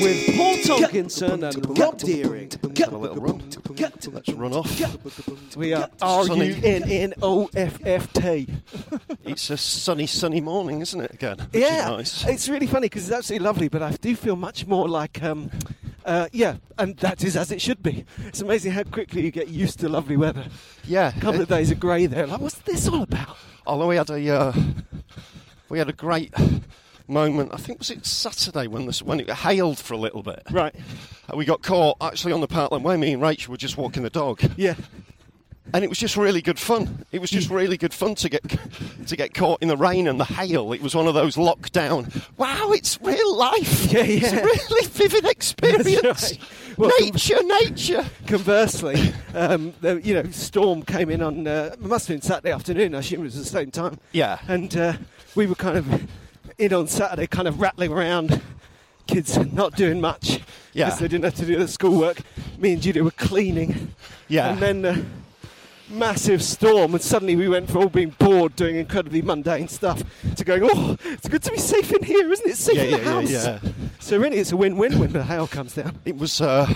with Paul Tokinson and Rob Deering. Have a little run. Let's run off. We are R U Sunny. N N O F F T. It's a sunny, sunny morning, isn't it? Again, which is Yeah, nice. it's really funny because it's absolutely lovely, but I do feel much more like, um, uh, yeah, and that is as it should be. It's amazing how quickly you get used to lovely weather. yeah. A couple of it- days of grey there. Like, what's this all about? Although we had a uh, we had a great moment. I think was it Saturday when this when it hailed for a little bit. Right. And we got caught actually on the parkland where me and Rachel were just walking the dog, Yeah. and it was just really good fun. It was just really good fun to get to get caught in the rain and the hail. It was one of those lockdown. Wow, it's real life. Yeah, It's yeah. a really vivid experience. right. Well, com- nature, nature. Conversely, um, the, you know, storm came in on. Uh, it must have been Saturday afternoon. I assume it was the same time. Yeah. and uh, we were kind of in on Saturday, kind of rattling around. Kids not doing much Yeah. because they didn't have to do the schoolwork. Me and Judy were cleaning, Yeah. and then the massive storm, and suddenly we went from all being bored, doing incredibly mundane stuff, to going, "Oh, it's good to be safe in here, isn't it? Safe yeah, in the yeah, house." yeah, yeah. So really, it's a win-win when the hail comes down. It was uh,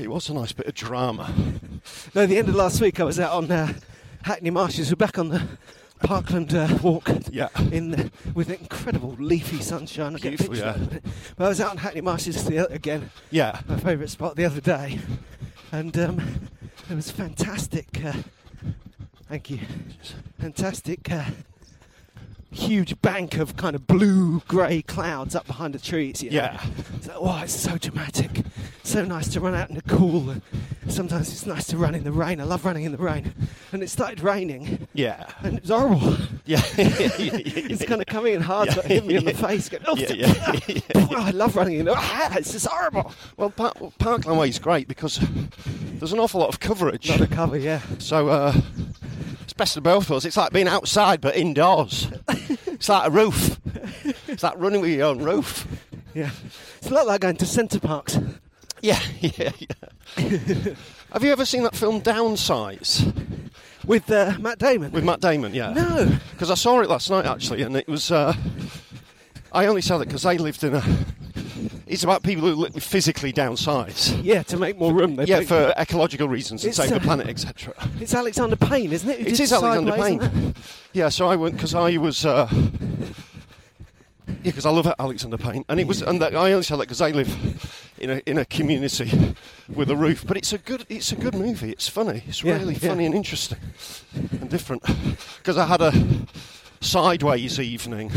it was a nice bit of drama. No, the end of last week I was out on uh, Hackney Marshes. We're back on the Parkland uh, walk. Yeah. In the, with incredible leafy sunshine. I get Beautiful, pictures yeah. of it. But I was out on Hackney Marshes the, o- again, Yeah, my favourite spot the other day, and um, it was fantastic. Uh, thank you. Fantastic. Uh, huge bank of kind of blue grey clouds up behind the trees. You know. yeah, It's like, oh, it's so dramatic. So nice to run out in the cool. Sometimes it's nice to run in the rain. I love running in the rain. And it started raining, yeah, and it was horrible. yeah. It's kind of coming in hard, so it hit me in the face. Going, oh, Yeah, yeah, oh, I love running in the rain. Ah, It's just horrible. Well, Park, well, Parkland Way is great because there's an awful lot of coverage. Not a cover, yeah. So uh, it's best of both worlds. It's like being outside but indoors. It's like a roof. It's like running with your own roof. Yeah. It's a lot like going to centre parks. Yeah, yeah, yeah. Have you ever seen that film Downsize With uh, Matt Damon. with Matt Damon? Yeah. no. because I saw it last night actually, and it was. Uh, I only saw it because they lived in a. It's about people who li- physically downsize. Yeah, to make more room. They Yeah, put- for ecological reasons and It's, save uh, the planet, etc. It's Alexander Payne, isn't it? who It did is Alexander Sideways, isn't it? Payne. Yeah, so I went because I was. Uh, yeah, because I love Alexander Payne, and it was, and that, I only saw that because I live in a in a community with a roof. But it's a good, it's a good movie. It's funny. It's Yeah, really yeah. funny and interesting and different. Because I had a sideways evening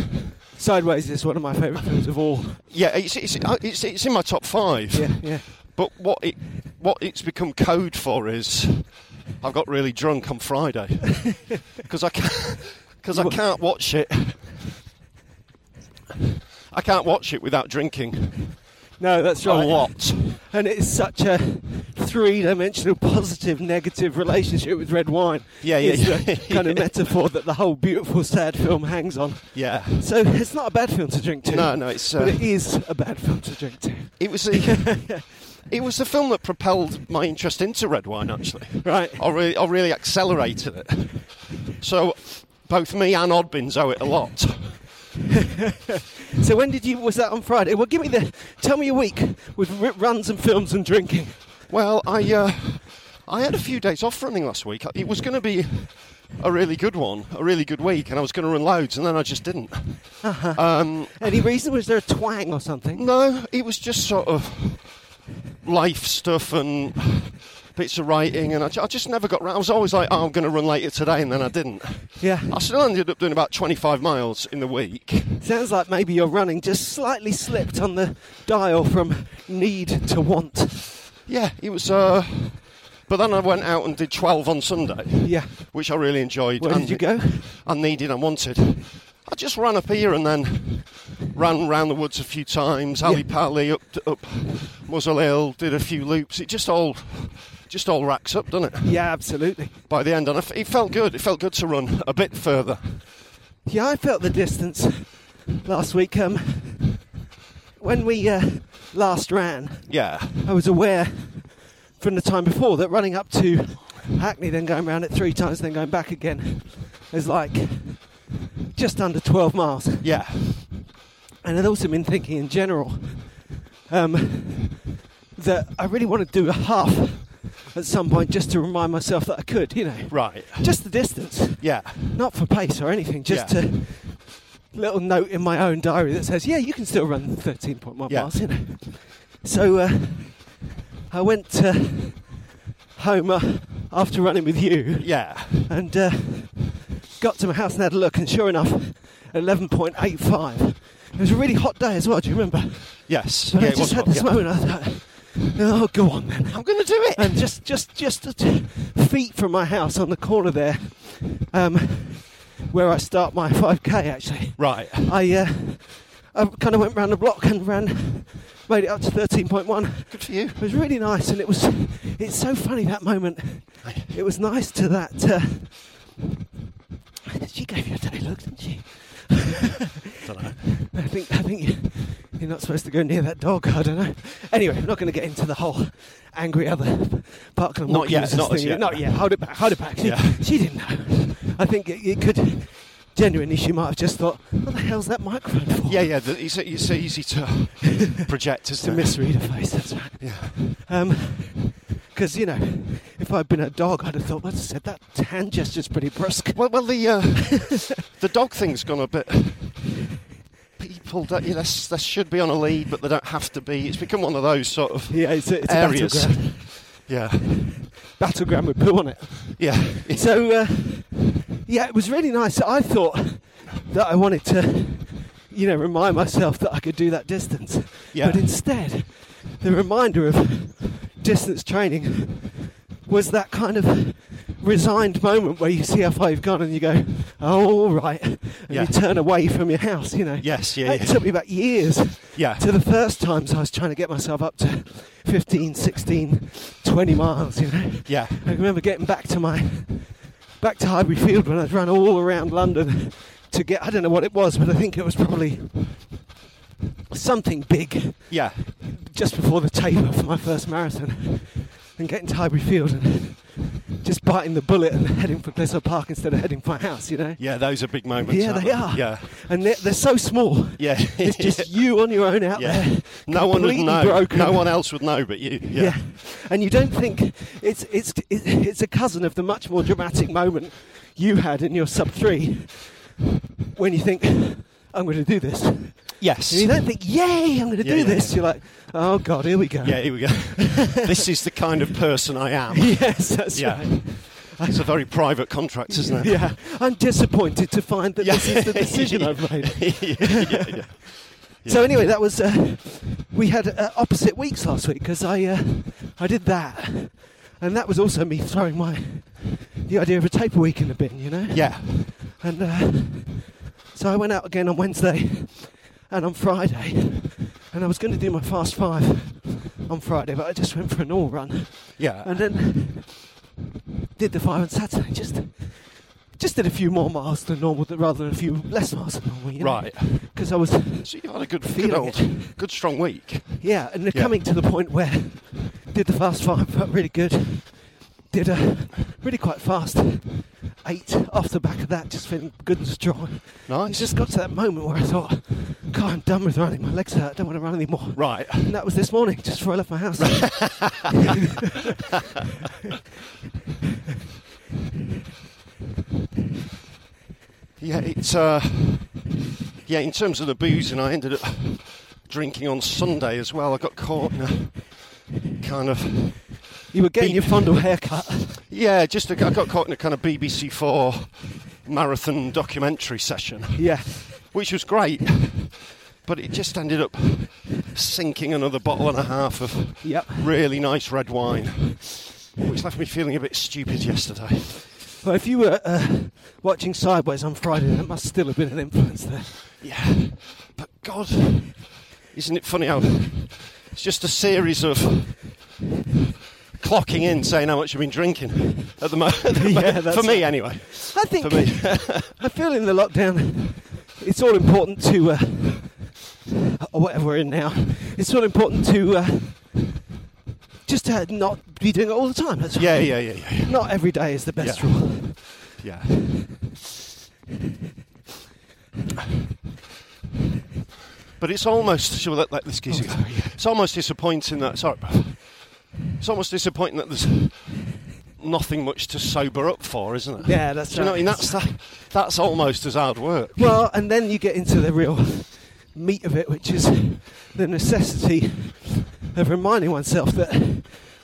Sideways is one of my favourite films of all. Yeah, it's, it's, it's, it's in my top five. Yeah, yeah. But what it what it's become code for is I got really drunk on Friday because I can't because I can't watch it. I can't watch it without drinking No, that's a right. lot. And it's such a three-dimensional positive-negative relationship with red wine. Yeah, yeah, It's yeah. the kind of metaphor that the whole beautiful sad film hangs on. Yeah. So it's not a bad film to drink to. No, no, it's. But Uh, it is a bad film to drink to. it was the It was the film that propelled my interest into red wine, actually. Right. I really, I really accelerated it. So both me and Oddbins owe it a lot. So when did you? Was that on Friday? Well, give me the. Tell me your week with r- runs and films and drinking. Well, I, uh, I had a few days off running last week. It was going to be a really good one, a really good week, and I was going to run loads, and then I just didn't. Um, Any reason? Was there a twang or something? No, it was just sort of life stuff and bits of writing, and I, ju- I just never got round. I was always like, oh, I'm going to run later today, and then I didn't. Yeah. I still ended up doing about 25 miles in the week. Sounds like maybe your running just slightly slipped on the dial from need to want. Yeah, it was. Uh, but then I went out and did 12 on Sunday, Yeah. which I really enjoyed. Where and did you go? I needed and wanted. I just ran up here and then ran round the woods a few times, alley pally up up Muzzle Hill, did a few loops. It just all just all racks up, doesn't it? Yeah, absolutely. by the end, and I f- it felt good. It felt good to run a bit further. Yeah, I felt the distance last week. Um, when we uh, last ran, Yeah, I was aware from the time before that running up to Hackney, then going round it three times, then going back again, is like just under 12 miles. yeah, And I'd also been thinking in general um, that I really want to do a half at some point just to remind myself that I could, you know. right, Just the distance, yeah, not for pace or anything, just Yeah. a little note in my own diary that says, yeah, you can still run 13.1 Yeah. miles, you know. So uh, I went to home uh, after running with you yeah, and uh, got to my house and had a look, and sure enough, 11.85. It was a really hot day as well, do you remember? yes. But yeah, I just had hot, this yeah. moment, I thought, oh, go on then. I'm going to do it. And just, just, just feet from my house on the corner there, um, where I start my 5k actually. right, I, uh, I kind of went round the block and ran, made it up to 13.1. good for you. It was really nice, and it was. It's so funny that moment. It was nice to that. Uh, she gave you a dirty look, didn't she? Dunno. I think I think you- you're not supposed to go near that dog. I don't know. Anyway, I'm not going to get into the whole angry other Parkland Not walk yet, users not as thing. yet. Not yet. Hold it back. Hold it back. She, Yeah. she didn't know. I think it, it could. Genuinely, she might have just thought, "What the hell's that microphone for?" Yeah, yeah. The, it's, it's easy to project, to isn't it? misread her face. That's right. Yeah, Um 'cause you know, if I'd been a dog, I'd have thought, "What's said that hand gesture's pretty brusque." Well, well, the uh, the dog thing's gone a bit. People, that yeah, that's, that should be on a lead, but they don't have to be. It's become one of those sort of Yeah, it's a, it's a areas. battleground. Yeah, Battleground with poo on it. yeah, it's, So, uh, yeah, it was really nice. I thought that I wanted to, you know, remind myself that I could do that distance. Yeah. But instead, the reminder of distance training was that kind of resigned moment where you see how far you've gone and you go, oh, all right. And Yeah. you turn away from your house, you know. Yes, yeah, It yeah. took me about years yeah, to the first times I was trying to get myself up to 15, 16, 20 miles, you know. yeah, I remember getting back to my back to Highbury Field when I'd run all around London to get I don't know what it was, but I think it was probably something big yeah, just before the taper for my first marathon. And getting to Highbury Field and just biting the bullet and heading for Glisser Park instead of heading for my house, you know? yeah. Those are big moments. Yeah, aren't they are. Yeah, And they're, they're so small. yeah. It's just you on your own out Yeah. there. No one would completely know. broken. No one else would know but you. Yeah. Yeah. and you don't think it's it's it's a cousin of the much more dramatic moment you had in your sub three when you think I'm going to do this. And Yes. you don't think, yay, I'm going to Yeah, do yeah, this. yeah. You're like, oh god, here we go. Yeah, here we go. this is the kind of person I am. yes, that's Yeah. right. It's a very private contract, isn't it? Yeah, I'm disappointed to find that Yeah. this is the decision I've made. yeah, yeah, yeah. So anyway, that was uh, we had uh, opposite weeks last week because I uh, I did that, and that was also me throwing my the idea of a taper week in the bin, you know. Yeah. And uh, so I went out again on Wednesday and on Friday, and I was going to do my fast five on Friday, but I just went for an all run, Yeah. and then did the five on Saturday. Just just did a few more miles than normal, rather than a few less miles than normal. You know? right. Because I was So you had a good, Feeling good old, good strong week. Yeah, and they're Yeah. coming to the point where Did the fast five, felt really good. Did a really quite fast eight off the back of that, just feeling good and strong. It's Nice. just got to that moment where I thought, God, I'm done with running. My legs hurt. I don't want to run anymore. Right. And that was this morning, just before I left my house. Yeah, it's uh, yeah. In terms of the booze, and I ended up drinking on Sunday as well. I got caught in a kind of you were getting your Beep. fondle haircut. yeah, just a, I got caught in a kind of BBC Four marathon documentary session, Yeah. which was great, but it just ended up sinking another bottle and a half of Yep. really nice red wine, which left me feeling a bit stupid yesterday. Well, if you were uh, watching Sideways on Friday, that must still have been an influence there. Yeah, but God, isn't it funny how it's just a series of clocking in, saying how much you've been drinking at the moment. Yeah, for that's me right. anyway. I think For me, I feel in the lockdown, it's all important to, uh, or whatever we're in now, it's all important to uh, just uh, not be doing it all the time. That's yeah, yeah, yeah, yeah, Not every day is the best Yeah. rule. yeah. But it's almost. Shall we let, let this geezer Oh, go? It's almost disappointing that. Sorry, bruv. it's almost disappointing that there's nothing much to sober up for, isn't it? Yeah, that's Do you know, what I right. mean? that's that, that's almost as hard work. Well, and then you get into the real meat of it, which is the necessity of reminding oneself that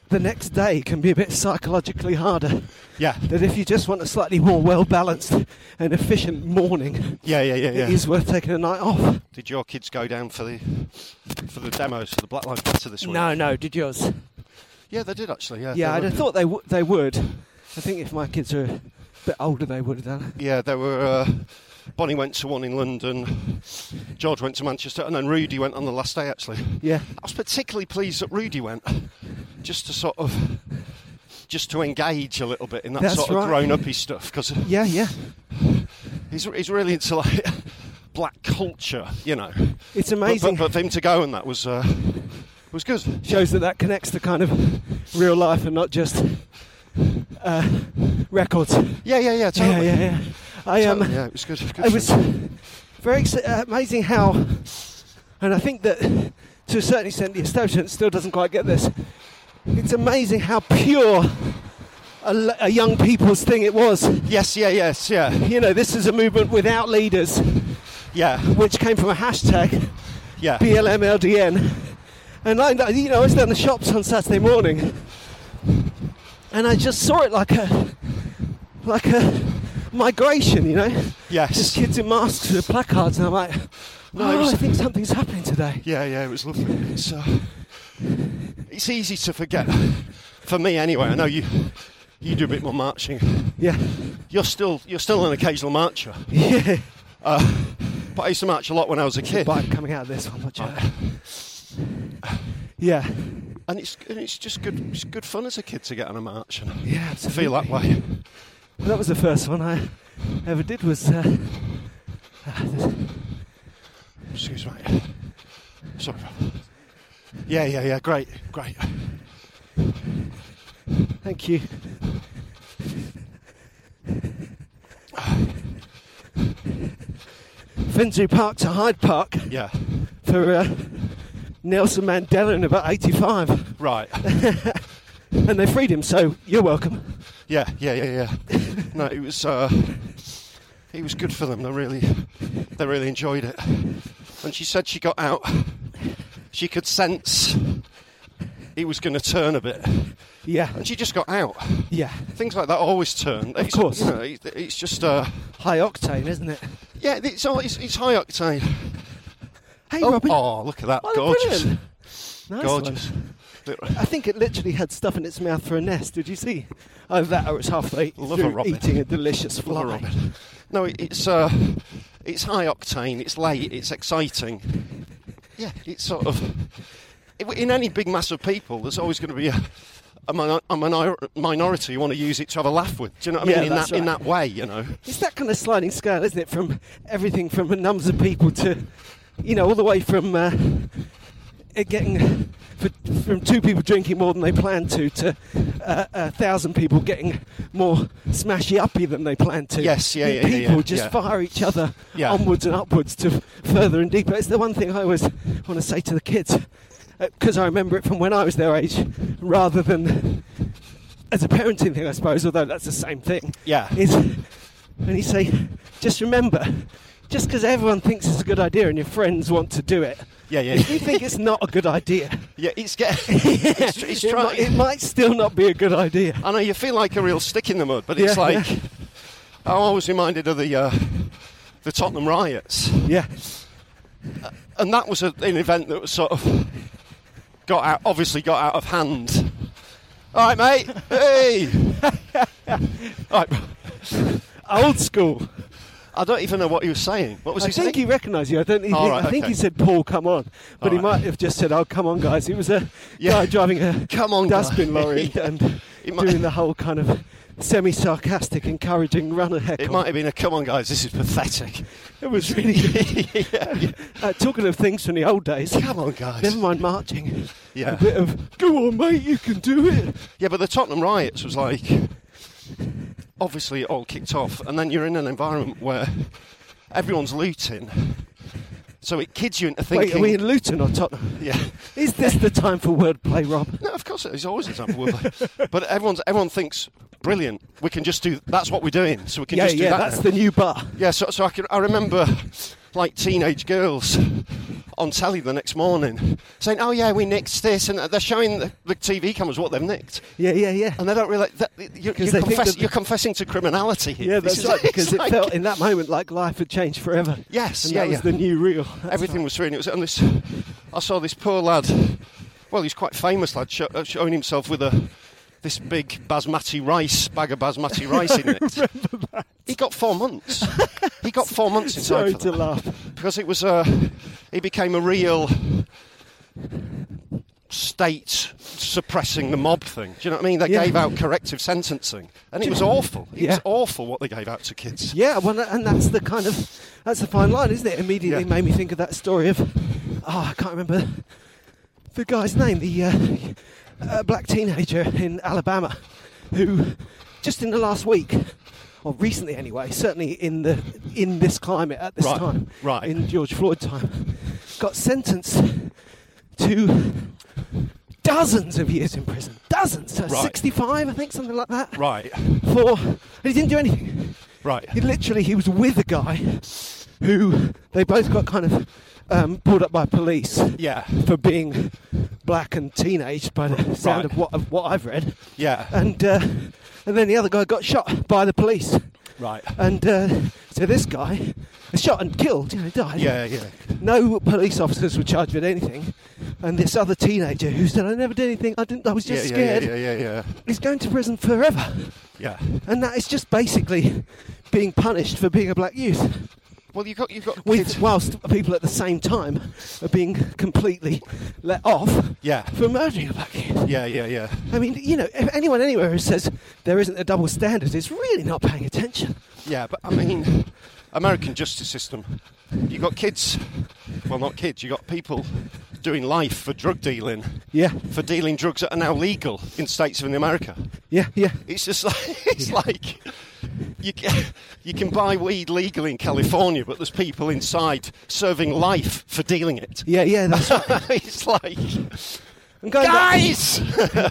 the next day can be a bit psychologically harder. Yeah, That if you just want a slightly more well balanced and efficient morning, yeah, yeah, yeah, yeah. it is worth taking a night off. Did your kids go down for the for the demos for the Black Lives Matter this week? No, no, did yours? Yeah, they did actually. Yeah. Yeah, they I were, thought they w- they would. I think if my kids are a bit older, they would have done. Yeah, they were. Uh, Bonnie went to one in London. George went to Manchester, and then Rudy went on the last day. Actually, I Yeah, was particularly pleased that Rudy went, just to sort of, just to engage a little bit in that That's sort right. of grown-uppy stuff because yeah, yeah. he's he's really into like black culture, you know. It's But- amazing. But, but for him to go and that was uh, was good. shows that that connects to kind of real life and not just uh, records. Yeah, yeah, yeah, totally. Yeah, yeah, yeah. I um, Totally, yeah, it was good. good I for was him. very ex- uh, amazing how, and I think that to a certain extent the establishment still doesn't quite get this. It's amazing how pure a, l- a young people's thing it was. Yes, yeah, yes, yeah, You know, this is a movement without leaders, yeah, which came from a hashtag yeah. BLMLDN. And I, you know, I was down the shops on Saturday morning, and I just saw it like a, like a migration, you know, Yes. just kids in masks with placards, and I'm like, No, oh, it was- I think something's happening today. yeah, yeah, it was lovely. It's, uh, it's easy to forget. For me, anyway, I know you you do a bit more marching. Yeah, You're still you're still an occasional marcher. yeah. Uh, but I used to march a lot when I was a kid. But I'm coming out of this one, watch out. Yeah, And it's and it's just good it's good fun as a kid to get on a march and yeah, to absolutely. feel that way. Well, that was the first one I ever did. Was uh, Excuse me. Sorry. Rob. Yeah, yeah, yeah. Great, great. thank you. Finsbury Park to Hyde Park Yeah. for uh, Nelson Mandela in about '85, Right. and they freed him. So you're welcome. Yeah, yeah, yeah, yeah. no, it was uh, it was good for them. They really they really enjoyed it. And she said she got out. She could sense he was going to turn a bit, Yeah, and she just got out. yeah. Things like that always turn. Of it's, course. you know, it- it's just uh, High octane, isn't it? yeah, it's all it's, it's high octane. Hey, oh, Robin. oh, look at that, Oh, gorgeous, brilliant. Nice one. gorgeous. I think it literally had stuff in its mouth for a nest. Did you see? Either that or it's halfway Love a through robin. eating a delicious fly. Love a robin. No, it- it's uh, it's high octane. It's late. It's exciting. Yeah, it's sort of in any big mass of people. There's always going to be a, a, minor, a minor, minority you want to use it to have a laugh with. Do you know what I mean? Yeah, in that's that in right. that way, you know. It's that kind of sliding scale, isn't it? From everything from the numbers of people to, you know, all the way from uh, it getting for, from two people drinking more than they planned to to uh, a thousand people getting more smashy uppy than they planned to. Yes, yeah, The yeah, yeah, People yeah, just yeah. fire each other Yeah. onwards and upwards to f- further and deeper. It's the one thing I always want to say to the kids because I remember it from when I was their age, rather than as a parenting thing, I suppose. Although that's the same thing Yeah. is when you say, just remember, just because everyone thinks it's a good idea and your friends want to do it, Yeah, yeah. if you think it's not a good idea, Yeah, it's get. it's, tr- it's it, trying. might, it might still not be a good idea. I know you feel like a real stick in the mud, but it's Yeah, like yeah. I'm always reminded of the uh, the Tottenham riots, Yeah, and that was a, an event that was sort of got out, obviously got out of hand. All right, mate. Hey. All right. old school. I don't even know what he was saying. What was I he think he saying? recognised you. I don't. He, All right, I think okay. he said, "Paul, come on," but All he right. might have just said, "Oh, come on, guys." It was a Yeah. guy driving a Come on, guy. dustbin lorry Yeah. and It might- doing the whole kind of semi-sarcastic, encouraging runner heckle. It might have been a come on, guys. This is pathetic. It was really good. uh, talking of things from the old days. Come on, guys. Never mind marching. Yeah. A bit of go on, mate, you can do it. Yeah, but the Tottenham riots was like obviously it all kicked off, and then you're in an environment where everyone's looting, so it kids you into Wait, thinking. are we in Luton or Tottenham? yeah, Is this the time for wordplay, Rob? no, of course it is always a time for wordplay. but everyone's everyone thinks brilliant. We can just do that's what we're doing, so we can yeah, just do yeah, that. that's now." the new bar. Yeah, so, so I, can, I remember like teenage girls on telly the next morning saying, "Oh yeah, we nicked this," and they're showing the, the TV cameras what they've nicked. Yeah, yeah, yeah. And they don't realise that you're, you're, 'Cause they think confess, that- you're confessing to criminality here. yeah, This that's is- right, it's because it like- felt in that moment like life had changed forever. Yes, and yeah, that was yeah. the new real. That's everything right. was serene. It was, and this, I saw this poor lad. Well, he's quite famous lad, show, uh, showing himself with a this big basmati rice bag of basmati rice in it. He got four months. he got four months in Sorry time for to that. laugh. because it was a. He became a real state suppressing the mob thing. Do you know what I mean? They Yeah. gave out corrective sentencing, and it was awful. It Yeah. was awful what they gave out to kids. Yeah, well, tha- and that's the kind of that's the fine line, isn't it? Immediately Yeah. made me think of that story of oh, I can't remember the guy's name, the uh, uh, black teenager in Alabama who just in the last week or recently anyway, certainly in the in this climate at this Right, time, right. in George Floyd time, got sentenced to dozens of years in prison, dozens, so Right. 65, I think, something like that. Right, For and he didn't do anything. right. He literally he was with a guy who they both got kind of um, pulled up by police Yeah, for being black and teenaged by the sound Right. of what of what I've read, yeah, and uh, and then the other guy got shot by the police, right. and uh, so this guy was shot and killed, you know, died. Yeah, yeah. No police officers were charged with anything, and this other teenager who said, "I never did anything. I didn't. I was just yeah, scared." Yeah, yeah, yeah, He's going to prison forever. yeah. yeah. And that is just basically being punished for being a black youth. Well, you got you got With, kids- whilst people at the same time are being completely let off Yeah. for murdering a black youth. Yeah, yeah, yeah. I mean, you know, if anyone anywhere who says there isn't a double standard is really not paying attention. Yeah, but I mean, American justice system. You got kids, well, not kids. You got people doing life for drug dealing, Yeah, for dealing drugs that are now legal in states of in America. yeah, yeah. It's just like it's like you ca- you can buy weed legally in California, but there's people inside serving life for dealing it. Yeah, yeah, that's right. it's like And going back- guys.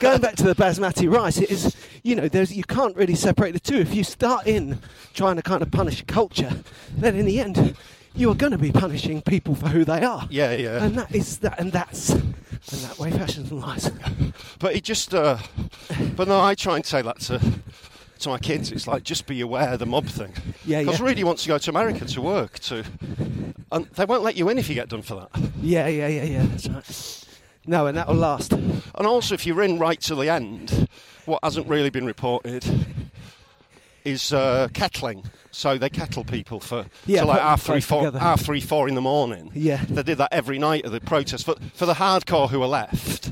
going back to the basmati rice, it is you know there's you can't really separate the two. If you start in trying to kind of punish culture, then in the end you are going to be punishing people for who they are. Yeah, yeah. And that is that, and that's and that way fashion lies. But it just, uh, but no, I try and say that to to my kids. It's like just be aware of the mob thing. Yeah, Because yeah. really, wants to go to America to work, to and they won't let you in if you get done for that. Yeah, yeah, yeah, yeah. That's right. No, and that'll last. And also, if you're in right to the end, what hasn't really been reported is uh, kettling. So they kettle people for Yeah, till like put half them three, both four, together. half three, four in the morning. Yeah. they did that every night of the protest for for the hardcore who are left.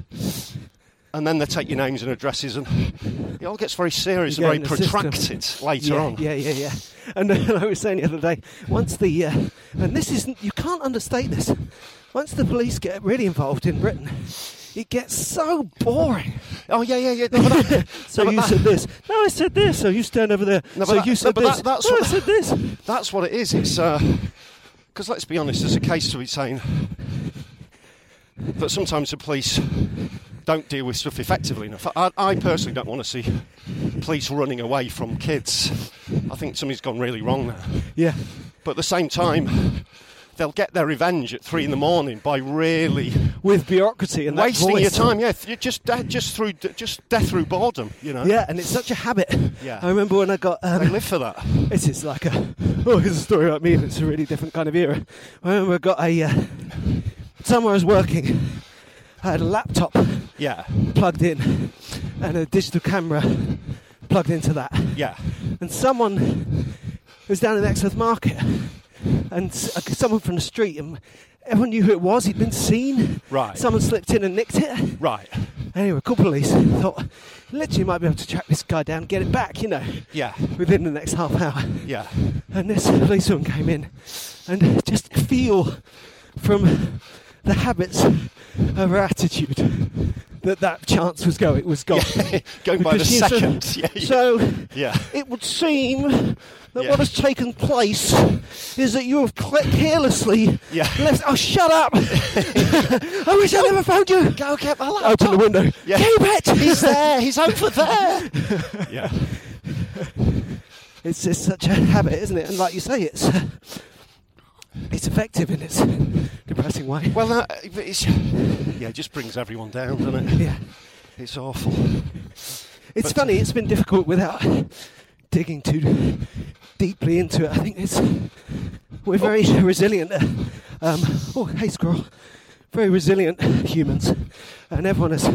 And then they take your names and addresses, and it all gets very serious You get and in very the system. protracted later yeah, on. Yeah, yeah, yeah. And then I was saying the other day, once the uh, and this is you can't understate this. Once the police get really involved in Britain, It gets so boring. Oh yeah, yeah, yeah. No, but that- So but you that- said this. No, I said this. So you stand over there. No, but so that- you no, said but this. that- that's no, what- I said this. That's what it is. It's because let's be honest, there's a case to be saying that sometimes the police don't deal with stuff effectively enough. I, I personally don't want to see police running away from kids. I think something's gone really wrong there. Yeah. But at the same time, they'll get their revenge at three in the morning by really With bureaucracy and that wasting voice. your time. Yeah, you just de- just through just death through boredom. You know. Yeah, and it's such a habit. Yeah. I remember when I got. Um, They live for that. This is like a oh, here's a story about me, but it's a really different kind of era. I remember I got a uh, somewhere I was working. I had a laptop Yeah. plugged in and a digital camera plugged into that, Yeah. and someone was down in Exmouth Market, and s- uh, someone from the street and. Everyone knew who it was. He'd been seen. Right. Someone slipped in and nicked it. Right. Anyway, called police. Thought, literally, might be able to track this guy down, get it back. You know, Yeah. within the next half hour Yeah. and this policeman came in and just feel from the habits of her attitude that that chance was going was gone. Going by the Because she said- second. Yeah. yeah. So Yeah. it would seem that Yeah. what has taken place is that you have cl- carelessly Yeah. left. Oh, shut up! I wish I never found you. Go get my Open the window. Yeah. Keep it. He's there. He's over there. yeah. It's just such a habit, isn't it? And like you say, it's it's effective in its depressing way. Well, that, uh, it's, yeah, it just brings everyone down, doesn't it? Yeah. It's awful. It's But- funny, it's been difficult without digging too deeply into it. I think it's we're very Oh. resilient. uh, Um, oh, hey, squirrel. Very resilient humans, and everyone has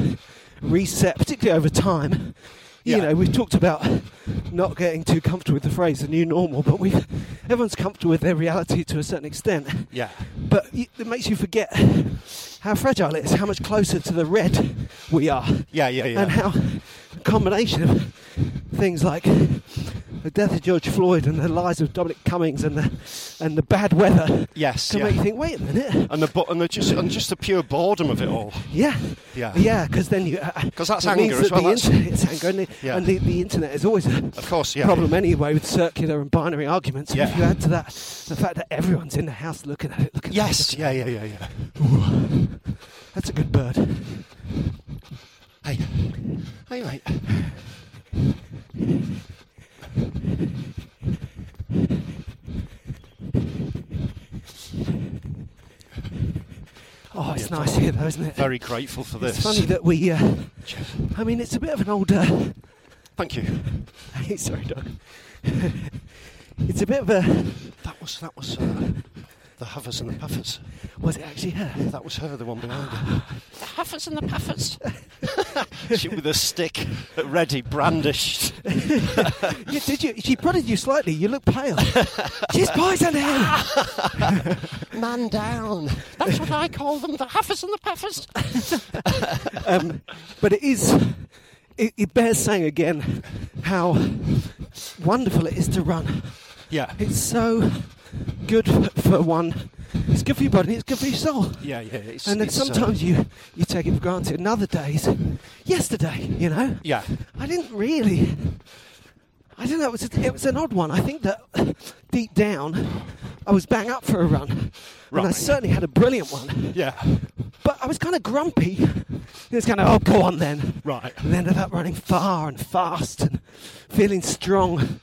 reset, particularly over time. You Yeah. know, we've talked about not getting too comfortable with the phrase "the new normal," but we've everyone's comfortable with their reality to a certain extent. Yeah. But y- it makes you forget how fragile it is, how much closer to the red we are Yeah, yeah, yeah. and how a combination of things like the death of George Floyd and the lies of Dominic Cummings and the and the bad weather yes, can yeah. make you think, wait a minute, and the bo- and the just and just the pure boredom of it all. yeah, Yeah. yeah, because then you uh, 'Cause that's it anger means as that well, The that's- internet, it's anger, and the, Yeah. and the, the internet is always a Of course, yeah. problem anyway with circular and binary arguments. And If Yeah. you add to that the fact that everyone's in the house looking at it, looking at it, Yes. looking Yeah, yeah, yeah, yeah. at it. that's a good bird. Hey. Hey, mate. Oh, it's nice here though, isn't it? Very grateful for this. it's funny that we. Uh, I mean, it's a bit of an older. Thank you. Hey, Sorry, dog. it's a bit of a. That was that was uh, the havers and the puffers. Was it actually her? That was her, the one behind her. The huffers and the puffers. she with a stick ready, brandished. Yeah, did you? She prodded you slightly. You look pale. She's poisoning. Man down. That's what I call them, the huffers and the puffers. Um, but it is. It, it bears saying again how wonderful it is to run. Yeah. It's so good for, for one. It's good for your body. It's good for your soul. Yeah, yeah. It's, And then it's, uh, sometimes you, you take it for granted. And other days, yesterday, you know? Yeah. I didn't really. I don't know. It was, it was an odd one. I think that deep down, I was bang up for a run, and I Right. certainly had a brilliant one. Yeah. But I was kind of grumpy. It was kind of oh, go on then. Right. And ended up running far and fast and feeling strong.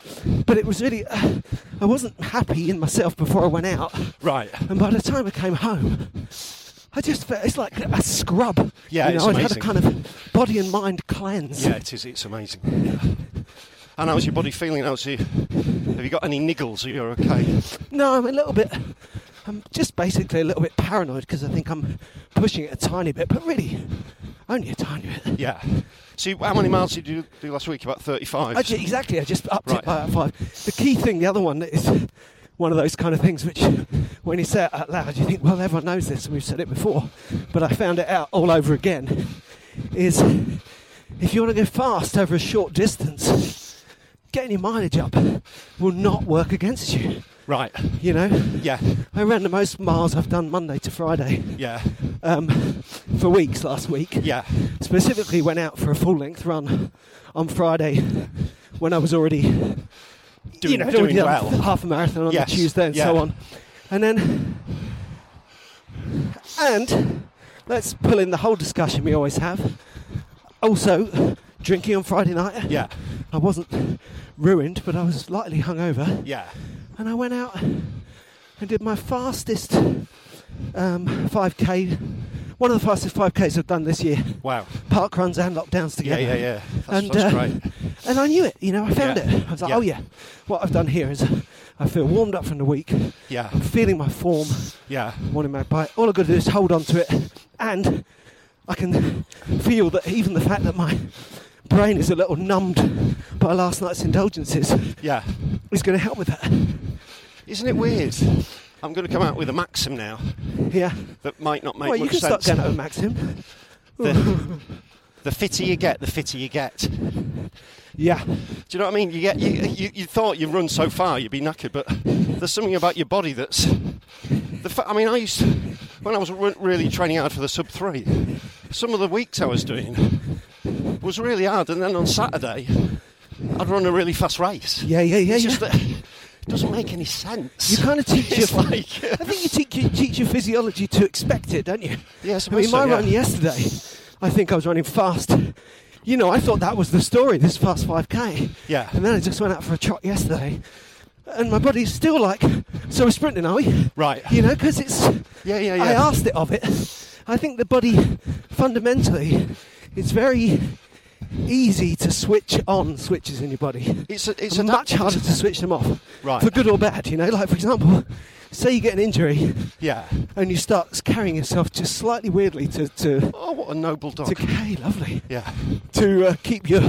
But it was really, uh, I wasn't happy in myself before I went out. Right. And by the time I came home, I just felt it's like a scrub. Yeah, you know, it's I'd had a amazing. kind of body and mind cleanse. Yeah, it is. It's amazing. Yeah. And how's your body feeling? How's you? Have you got any niggles? Are you okay? No, I'm a little bit. I'm just basically a little bit paranoid because I think I'm pushing it a tiny bit, but really, only a tiny bit. Yeah. So you- how many miles did you do last week? About thirty-five. I ju- exactly, I just upped it Right. by about five. The key thing, the other one, that is one of those kind of things which, when you say it out loud, you think, well, everyone knows this, and we've said it before, but I found it out all over again, is if you want to go fast over a short distance, getting your mileage up will not work against you. Right. You know, Yeah. I ran the most miles I've done Monday to Friday Yeah. um, for weeks last week. Yeah. Specifically, went out for a full length run on Friday when I was already Doing- you know, I'd doing already done well. half a marathon on Yes, the Tuesday and so yeah. on, and then and let's pull in the whole discussion we always have. Also, drinking on Friday night. Yeah. I wasn't ruined, but I was slightly hungover Yeah. and I went out and did my fastest um, 5k, one of the fastest 5ks I've done this year. Wow. Park runs and lockdowns Yeah. together. Yeah. Yeah. That's, And, that's uh, great. And I knew it, you know, I found Yeah. it. I was like, Yeah. oh yeah, what I've done here is I feel warmed up from the week, Yeah. I'm feeling my form, Yeah. wanting my bite. All I've got to do is hold on to it, and I can feel that even the fact that my brain is a little numbed by last night's indulgences Yeah. is going to help with that. Isn't it weird? I'm going to come out with a maxim now Yeah. that might not make well, much you can start sense. going out with Maxim. the, the fitter you get, the fitter you get. Yeah, Do you know what I mean? You get you, you, you thought you'd run so far you'd be knackered, but there's something about your body that's. The fa- I mean, I used to, when I was re- really training hard for the sub three. Some of the weeks I was doing was really hard, and then on Saturday, I'd run a really fast race. yeah, yeah, yeah. it's yeah. just that it doesn't make any sense. you kind of teach It's your. like- I think you teach, you teach your physiology to expect it, don't you? Yeah, I I suppose mean, my so, yeah. run yesterday, I think I was running fast. You know, I thought that was the story. This fast five k. Yeah. And then I just went out for a trot yesterday, and my body's still like, so we're sprinting, are we? Right. You know, because it's. Yeah, yeah, I yeah. asked it of it. I think the body, fundamentally, it's very easy to switch on switches in your body. It's a, it's it's much adapted. harder to switch them off. Right. For good or bad, you know. Like for example, say you get an injury Yeah. and you start carrying yourself just slightly weirdly to to, Oh, what a noble to dog. hey, lovely. Yeah. To uh, keep your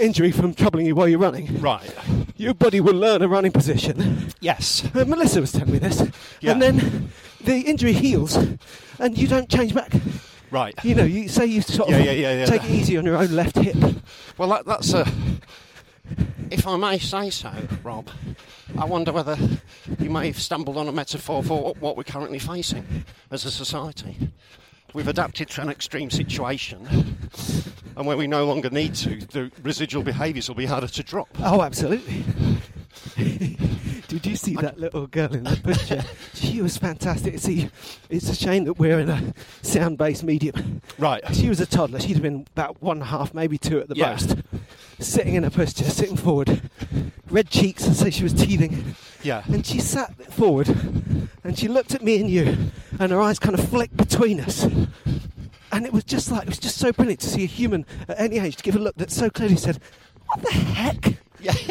injury from troubling you while you're running. Right. Your body will learn a running position. Yes. Uh, Melissa was telling me this. Yeah. And then the injury heals and you don't change back. Right. You know, you say you sort Yeah, of yeah, yeah, yeah. take it easy on your own left hip. Well, that, that's a. If I may say so, Rob, I wonder whether you may have stumbled on a metaphor for what- what we're currently facing as a society. We've adapted to an extreme situation, and where we no longer need to, the residual behaviours will be harder to drop. Oh, absolutely. Did you see that little girl in the picture? she was fantastic. See, it's a shame that we're in a sound based medium. Right. She was a toddler. She'd have been about one and a half, maybe two at the Yeah. most. Sitting in a pushchair, sitting forward, red cheeks, and so she was teething. Yeah. And she sat forward, and she looked at me and you, and her eyes kind of flicked between us. And it was just like it was just so brilliant to see a human at any age to give a look that so clearly said, "What the heck?" Yeah. is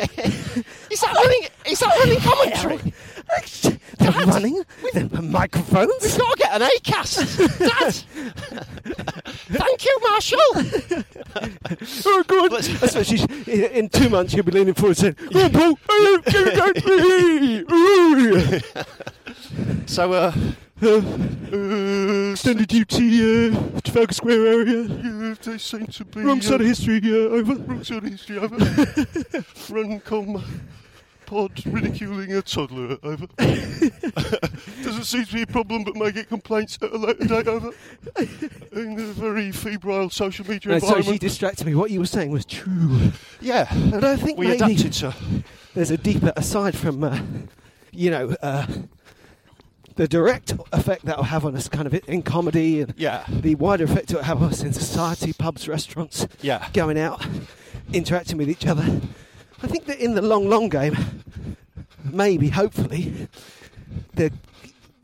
that running? Is that running commentary? They're running. The We've microphones. got to get an ACAS, Dad. Thank you, Marshall. Oh, good. Let's- That's what she's, in in two months, she'll be leaning forward saying, "Go on, Paul. Hello, give it So, uh, go." Extended duty, uh, Trafalgar Square area. they seem to be Wrong side of history, uh, over. Run on history over. Run come pod ridiculing a toddler over. Doesn't seem to be a problem, but may get complaints at a later date over. In the very febrile social media No, sorry, environment. she distracted me. What you were saying was true. yeah, And I think we maybe adapted to. there's a deeper, aside from, uh, you know, uh, the direct effect that will have on us kind of in comedy and Yeah, the wider effect it will have on us in society, pubs, restaurants, yeah, going out, interacting with each other. I think that in the long, long game, maybe, hopefully, the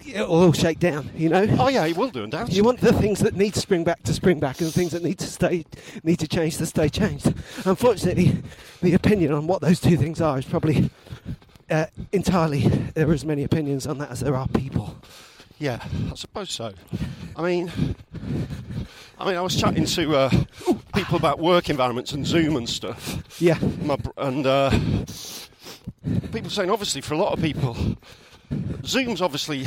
it'll all shake down. You know. Oh yeah, it will do, undoubtedly. You want the things that need to spring back to spring back, and the things that need to stay need to change to stay changed. Unfortunately, the opinion on what those two things are is probably uh, entirely there are as many opinions on that as there are people. Yeah, I suppose so. I mean, I mean, I was chatting to uh, people about work environments and Zoom and stuff. Yeah, my br- and uh, people saying obviously for a lot of people, Zoom's obviously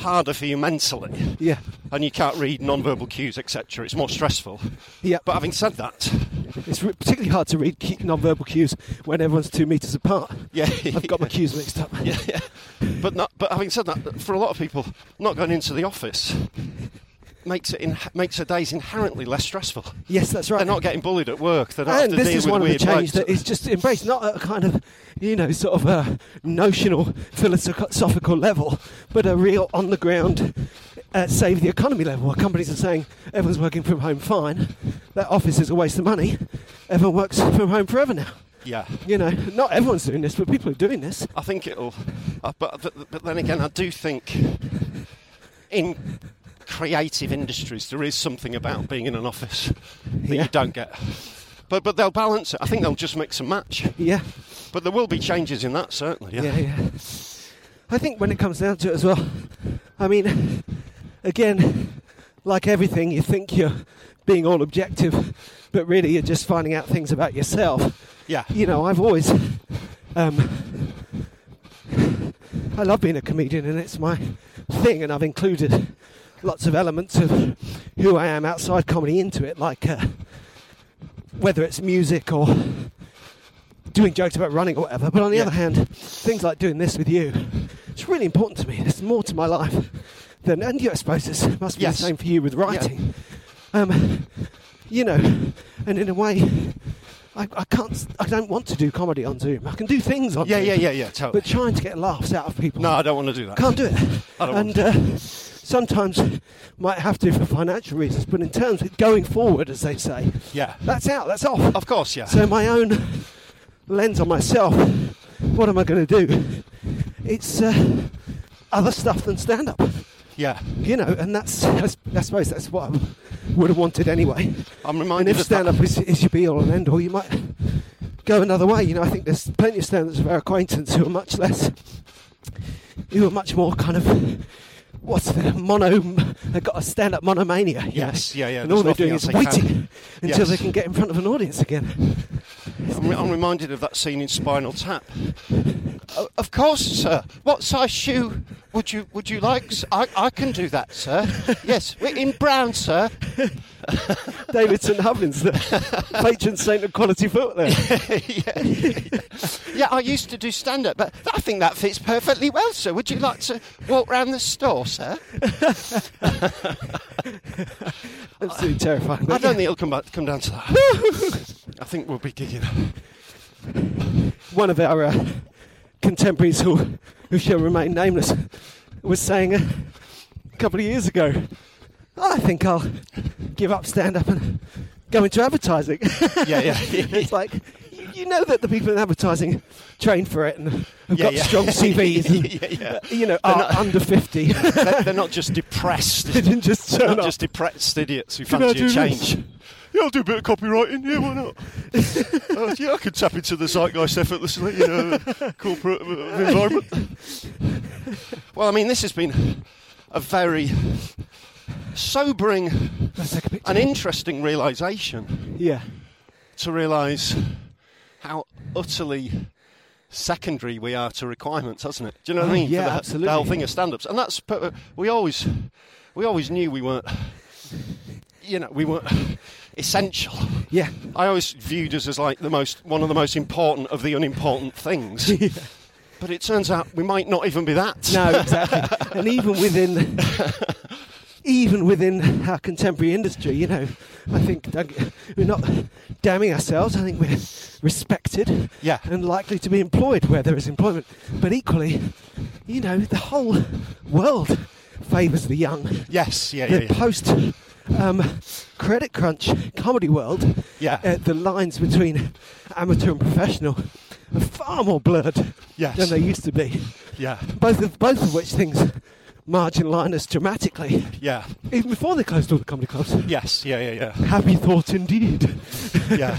harder for you mentally, yeah, and you can't read non-verbal cues, etc. It's more stressful. yeah. But having said that, It's re- particularly hard to read key- non-verbal cues when everyone's two meters apart. Yeah. I've got my cues mixed up. yeah, yeah. But not, but having said that, for a lot of people, not going into the office makes it in, makes their days inherently less stressful. Yes, that's right. They're not getting bullied at work. They don't have and to this deal is with one of the weird changes blokes. that is just embraced, not at a kind of, you know, sort of a notional philosophical level, but a real on the ground uh, save the economy level. Where companies are saying everyone's working from home fine, that office is a waste of money, everyone works from home forever now. yeah. You know, not everyone's doing this, but people are doing this. I think it'll. Uh, but th- th- but then again, I do think in creative industries there is something about being in an office that Yeah. you don't get. But but they'll balance it. I think they'll just mix and match. Yeah, But there will be changes in that certainly. Yeah. yeah, yeah. I think when it comes down to it as well, I mean, again, like everything, you think you're being all objective, but really you're just finding out things about yourself. Yeah. You know, I've always, um, I love being a comedian, and it's my thing, and I've included lots of elements of who I am outside comedy into it, like uh, whether it's music or doing jokes about running or whatever. But on the Yeah. other hand, things like doing this with you, it's really important to me. It's more to my life than, and you, I suppose, it must be Yes. the same for you with writing. Um, you know, and in a way, I, I can't, I don't want to do comedy on Zoom. I can do things on Yeah, Zoom, yeah, yeah, yeah, totally. But trying to get laughs out of people, No, I don't want to do that. can't do it. I don't and want uh, sometimes might have to for financial reasons, but in terms of going forward, as they say, Yeah. that's out, that's off. Of course, yeah. So my own lens on myself. What am I going to do? It's uh, other stuff than stand up, yeah. you know. And that's I s- I suppose that's what I would have wanted anyway. I'm And reminded if of that- stand up is, is your be all and end all, you might go another way. You know, I think there's plenty of stand ups of our acquaintance who are much less, who are much more kind of. What's the mono? They've got a stand up monomania. you know. Yes, yeah, yeah, And there's all they're nothing doing else is they can. waiting until Yes. they can get in front of an audience again. I'm, I'm reminded of that scene in Spinal Tap. "O- Of course, sir. What size shoe would you would you like? s- I, I can do that, sir. Yes, we're in brown, sir. Davidson Hubbins, the patron saint of quality footwear. Yeah, I used to do stand up, but I think that fits perfectly well, sir. Would you like to walk round the store, sir? Absolutely terrifying. I but don't yeah, think it'll come back, come down to that. I think we'll be gigging. one of our uh, contemporaries who, who shall remain nameless was saying a couple of years ago, I think I'll give up stand up and go into advertising. Yeah, yeah. it's like, you- you know that the people in advertising train for it and have Yeah, got yeah. strong CVs and, Yeah, yeah. you know, are under 50. they They're, they're not just depressed. didn't just turn They're not up. just depressed idiots who Can I fancy a do change. this? Yeah, I'll do a bit of copywriting. Yeah, why not? Uh, yeah, I could tap into the zeitgeist effortlessly, you know, corporate uh, environment. well, I mean, this has been a very sobering Let's take a picture. and interesting realization yeah. to realize how utterly secondary we are to requirements, hasn't it? Do you know what Oh, I mean? yeah, For the, absolutely. The whole thing of stand-ups, and that's per- we always we always knew we weren't, you know, we weren't essential. Yeah. I always viewed us as like the most one of the most important of the unimportant things. But it turns out we might not even be that. No, exactly. and even within, even within our contemporary industry, you know, I think don't get- we're not damning ourselves. I think we're respected, Yeah. and likely to be employed where there is employment. But equally, you know, the whole world favours the young. Yes. Yeah. Yeah. The yeah. post. Um, credit crunch comedy world. Yeah. uh, the lines between amateur and professional are far more blurred Yes. than they used to be yeah. both of both of which things marginalise us dramatically. Yeah. Even before they closed all the comedy clubs. Yes. Yeah. Yeah. Yeah. Happy thought indeed. Yeah.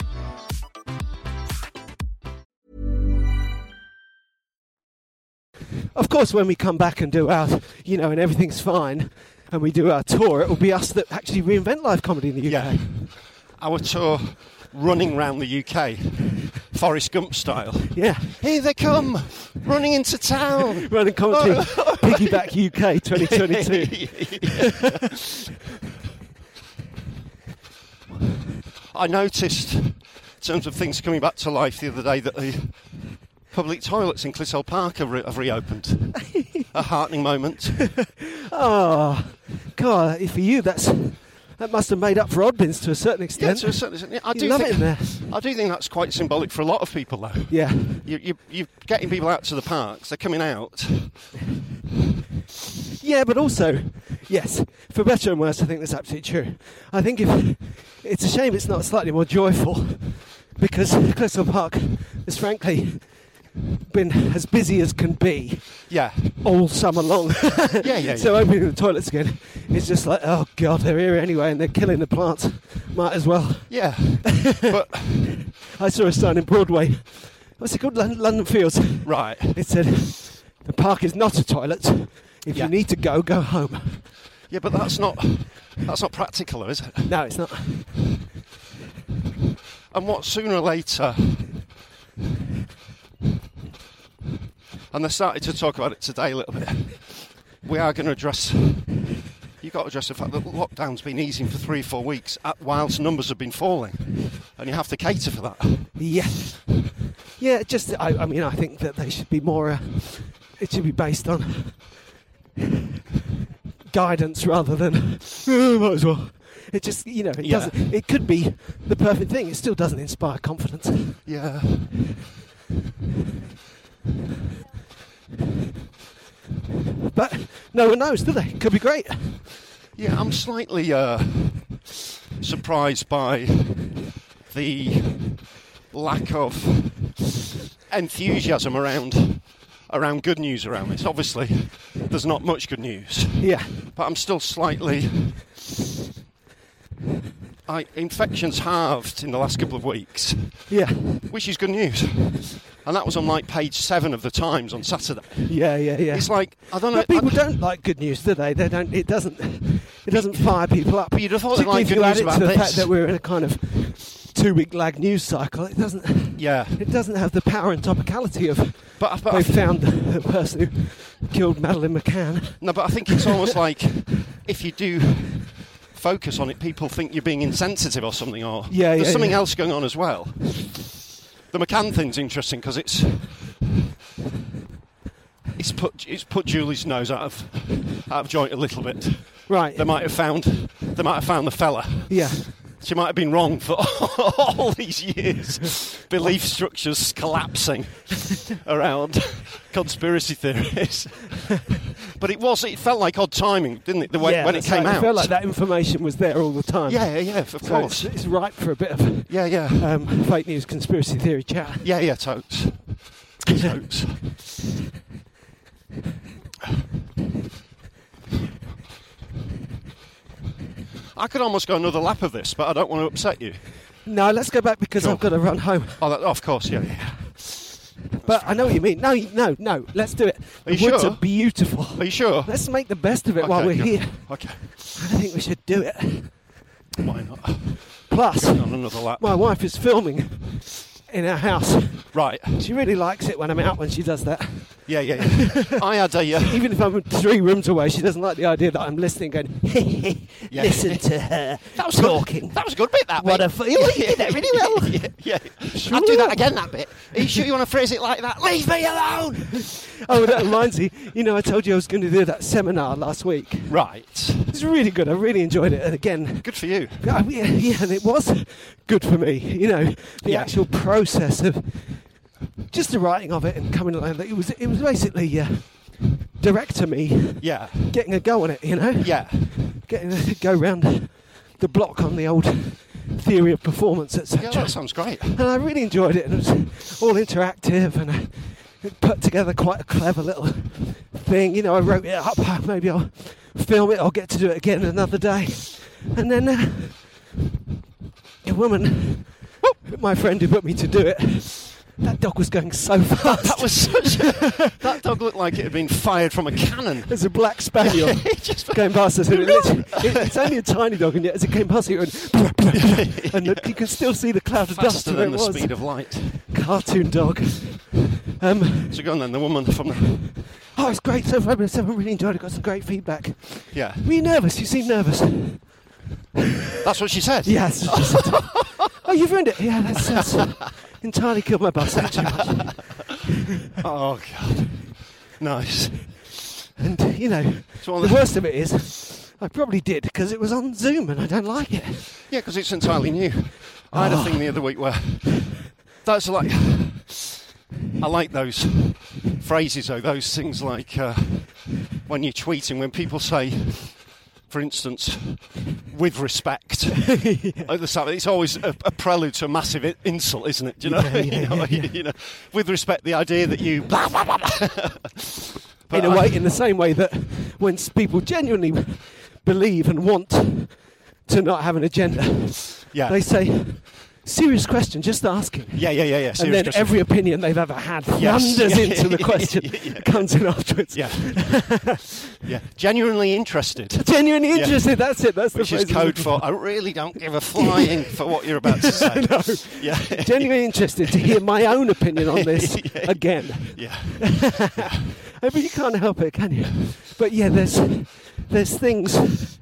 Of course, when we come back and do our, you know, and everything's fine, and we do our tour, it will be us that actually reinvent live comedy in the UK. Yeah. Our tour running round the UK, Forrest Gump style. Yeah. Here they come, running into town. Running comedy, Piggyback UK 2022. I noticed, in terms of things coming back to life the other day, that the public toilets in Clissold Park have, re- have reopened. A heartening moment. oh, God, for you, that's that must have made up for Oddbins to a certain Yeah, extent. to a certain extent. Yeah, I You do love think it in there. I do think that's quite symbolic for a lot of people, though. Yeah. You, you, you're getting people out to the parks. They're coming out. Yeah, but also, yes, for better and worse, I think that's absolutely true. I think if it's a shame it's not slightly more joyful because Clissold Park has frankly been as busy as can be Yeah, all summer long. yeah, yeah. so opening the toilets again is just like, oh god, they're here anyway, and they're killing the plants. Might as well. yeah. but I saw a sign in Broadway. What's it called? Lon- London Fields. right, It said, "The park is not a toilet. If Yeah. you need to go, go home." yeah, but that's not that's not practical, though, is it? No, it's not. And what sooner or later? And they started to talk about it today a little bit. We are going to address. You've got to address the fact that lockdown's been easing for three or four weeks, at- whilst numbers have been falling, and you have to cater for that. Yeah, yeah. Just, I, I mean, I think that they should be more. Uh, it should be based on guidance rather than "Oh, might as well. It just, you know, it Yeah. doesn't. It could be the perfect thing. It still doesn't inspire confidence. Yeah. But no one knows, do they? Could be great. Yeah, I'm slightly uh, surprised by the lack of enthusiasm around around good news around this. Obviously, there's not much good news, Yeah, but I'm still slightly. I, infections halved in the last couple of weeks, yeah, which is good news, and that was on like page seven of the Times on Saturday. yeah, yeah, yeah. It's like I don't know. But people I- don't like good news, do they? They don't. It doesn't. It doesn't fire people up. But you'd have thought they'd Particularly like if you good add it to news about the this. fact that we're in a kind of two-week lag news cycle. It doesn't. Yeah, It doesn't have the power and topicality of. but, I- but I they found the person who killed Madeline McCann. No, but I think it's almost like if you do focus on it, people think you're being insensitive or something. Or Yeah, there's yeah, something yeah. else going on as well. The McCann thing's interesting because it's it's put it's put Julie's nose out of out of joint a little bit. Right. They might have found they might have found the fella. yeah. She might have been wrong for all these years. Belief structures collapsing around conspiracy theories. but it was, it felt like odd timing, didn't it? The way, yeah, when it that's came right. out. It felt like that information was there all the time. Yeah, yeah, yeah, of So course. It's, it's ripe for a bit of Yeah, yeah. um, fake news conspiracy theory chat. Yeah, yeah, totes. Totes. I could almost go another lap of this, but I don't want to upset you. No, let's go back because Sure. I've got to run home. Oh, that, of course, yeah. yeah. But I know what you mean. No, you- no, no. Let's do it. Are you the woods sure? are beautiful. Are you sure? Let's make the best of it while Okay, we're good. here. Okay, I think we should do it. why not? Plus, On another lap. my wife is filming in our house. Right. She really likes it when I'm out when she does that. Yeah, yeah, yeah. I had a. Uh, Even if I'm three rooms away, she doesn't like the idea that I'm listening going, Yeah. listen to her that was talking. Good. That was a good bit. That What bit. a fu- you did that really well. yeah, yeah. Sure. I'll do that again. That bit. Are you sure you want to phrase it like that? Leave me alone. oh, that reminds me. You know, I told you I was going to do that seminar last week. Right. It's really good. I really enjoyed it. And again, Good for you. yeah, yeah, yeah, and it was good for me. You know, the Yeah. actual process of just the writing of it and coming along. It was it was basically uh, director me Yeah. getting a go on it. You know, Yeah. getting a go round the block on the old theory of performance, etc. Yeah, that sounds great. and I really enjoyed it. And it was all interactive, and I put together quite a clever little thing. You know, I wrote it up. Maybe I'll film it. I'll get to do it again another day. And then uh, a woman, my friend who put me to do it, that dog was going so fast. That was such. A, that dog looked like it had been fired from a cannon. There's a black spaniel going past us, and it literally, it, it's only a tiny dog, and yet as it came past, it went, and the- you can still see the cloud of dust Faster where than it the was. speed of light. Cartoon dog. Um, So go on then. The woman from the. Oh, it's great, so fabulous. I really enjoyed it. Got some great feedback. Yeah. Were you nervous? You seem nervous. That's what she said. Yes. oh, you've ruined it. Yeah, that's, that's entirely killed my bus. Thank you very much. Oh God. Nice. And, you know, So all the the- worst of it is, I probably did because it was on Zoom and I don't like it. Yeah, because it's entirely new. I had a thing the other week where that's like I like those phrases though. Those things like uh, when you're tweeting, when people say, for instance, with respect. at the start, it's always a, a prelude to a massive i- insult, isn't it? Do you know? Yeah, yeah, you, know yeah, yeah. you know, with respect, the idea that you. But uh, in a I- way, in the same way that when s- people genuinely believe and want to not have an agenda, Yeah. they say, serious question, just asking. Yeah, yeah, yeah, yeah. and serious then question. every opinion they've ever had Yes. thunders Yeah. into the question Yeah. comes in afterwards. Yeah. yeah. Genuinely interested. Genuinely Yeah. interested. That's it. That's Which the is phrase I'm code looking for I really don't give a flying for what you're about to say. No. Yeah. Genuinely interested to hear my own opinion on this Yeah. again. Yeah. I mean, you can't help it, can you? But yeah, there's there's things.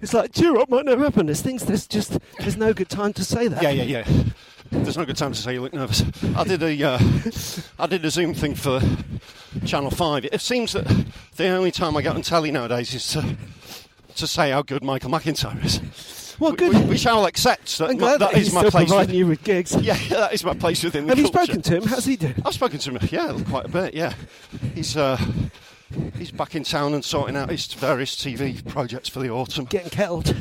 It's like cheer up, might never happen. There's things. There's just there's no good time to say that. Yeah, yeah, yeah. There's no good time to say you look nervous. I did a, uh, I did a Zoom thing for Channel Five. It seems that the only time I get on telly nowadays is to, to say how good Michael McIntyre is. Well, Wh- good. wh- Which I'll accept. That, I'm my, glad that, that is he's my still place. providing With, you with gigs. yeah, that is my place within the Have you culture. spoken to him? How's he doing? I've spoken to him, yeah, quite a bit, yeah. He's uh, he's back in town and sorting out his various TV projects for the autumn. Getting kettled.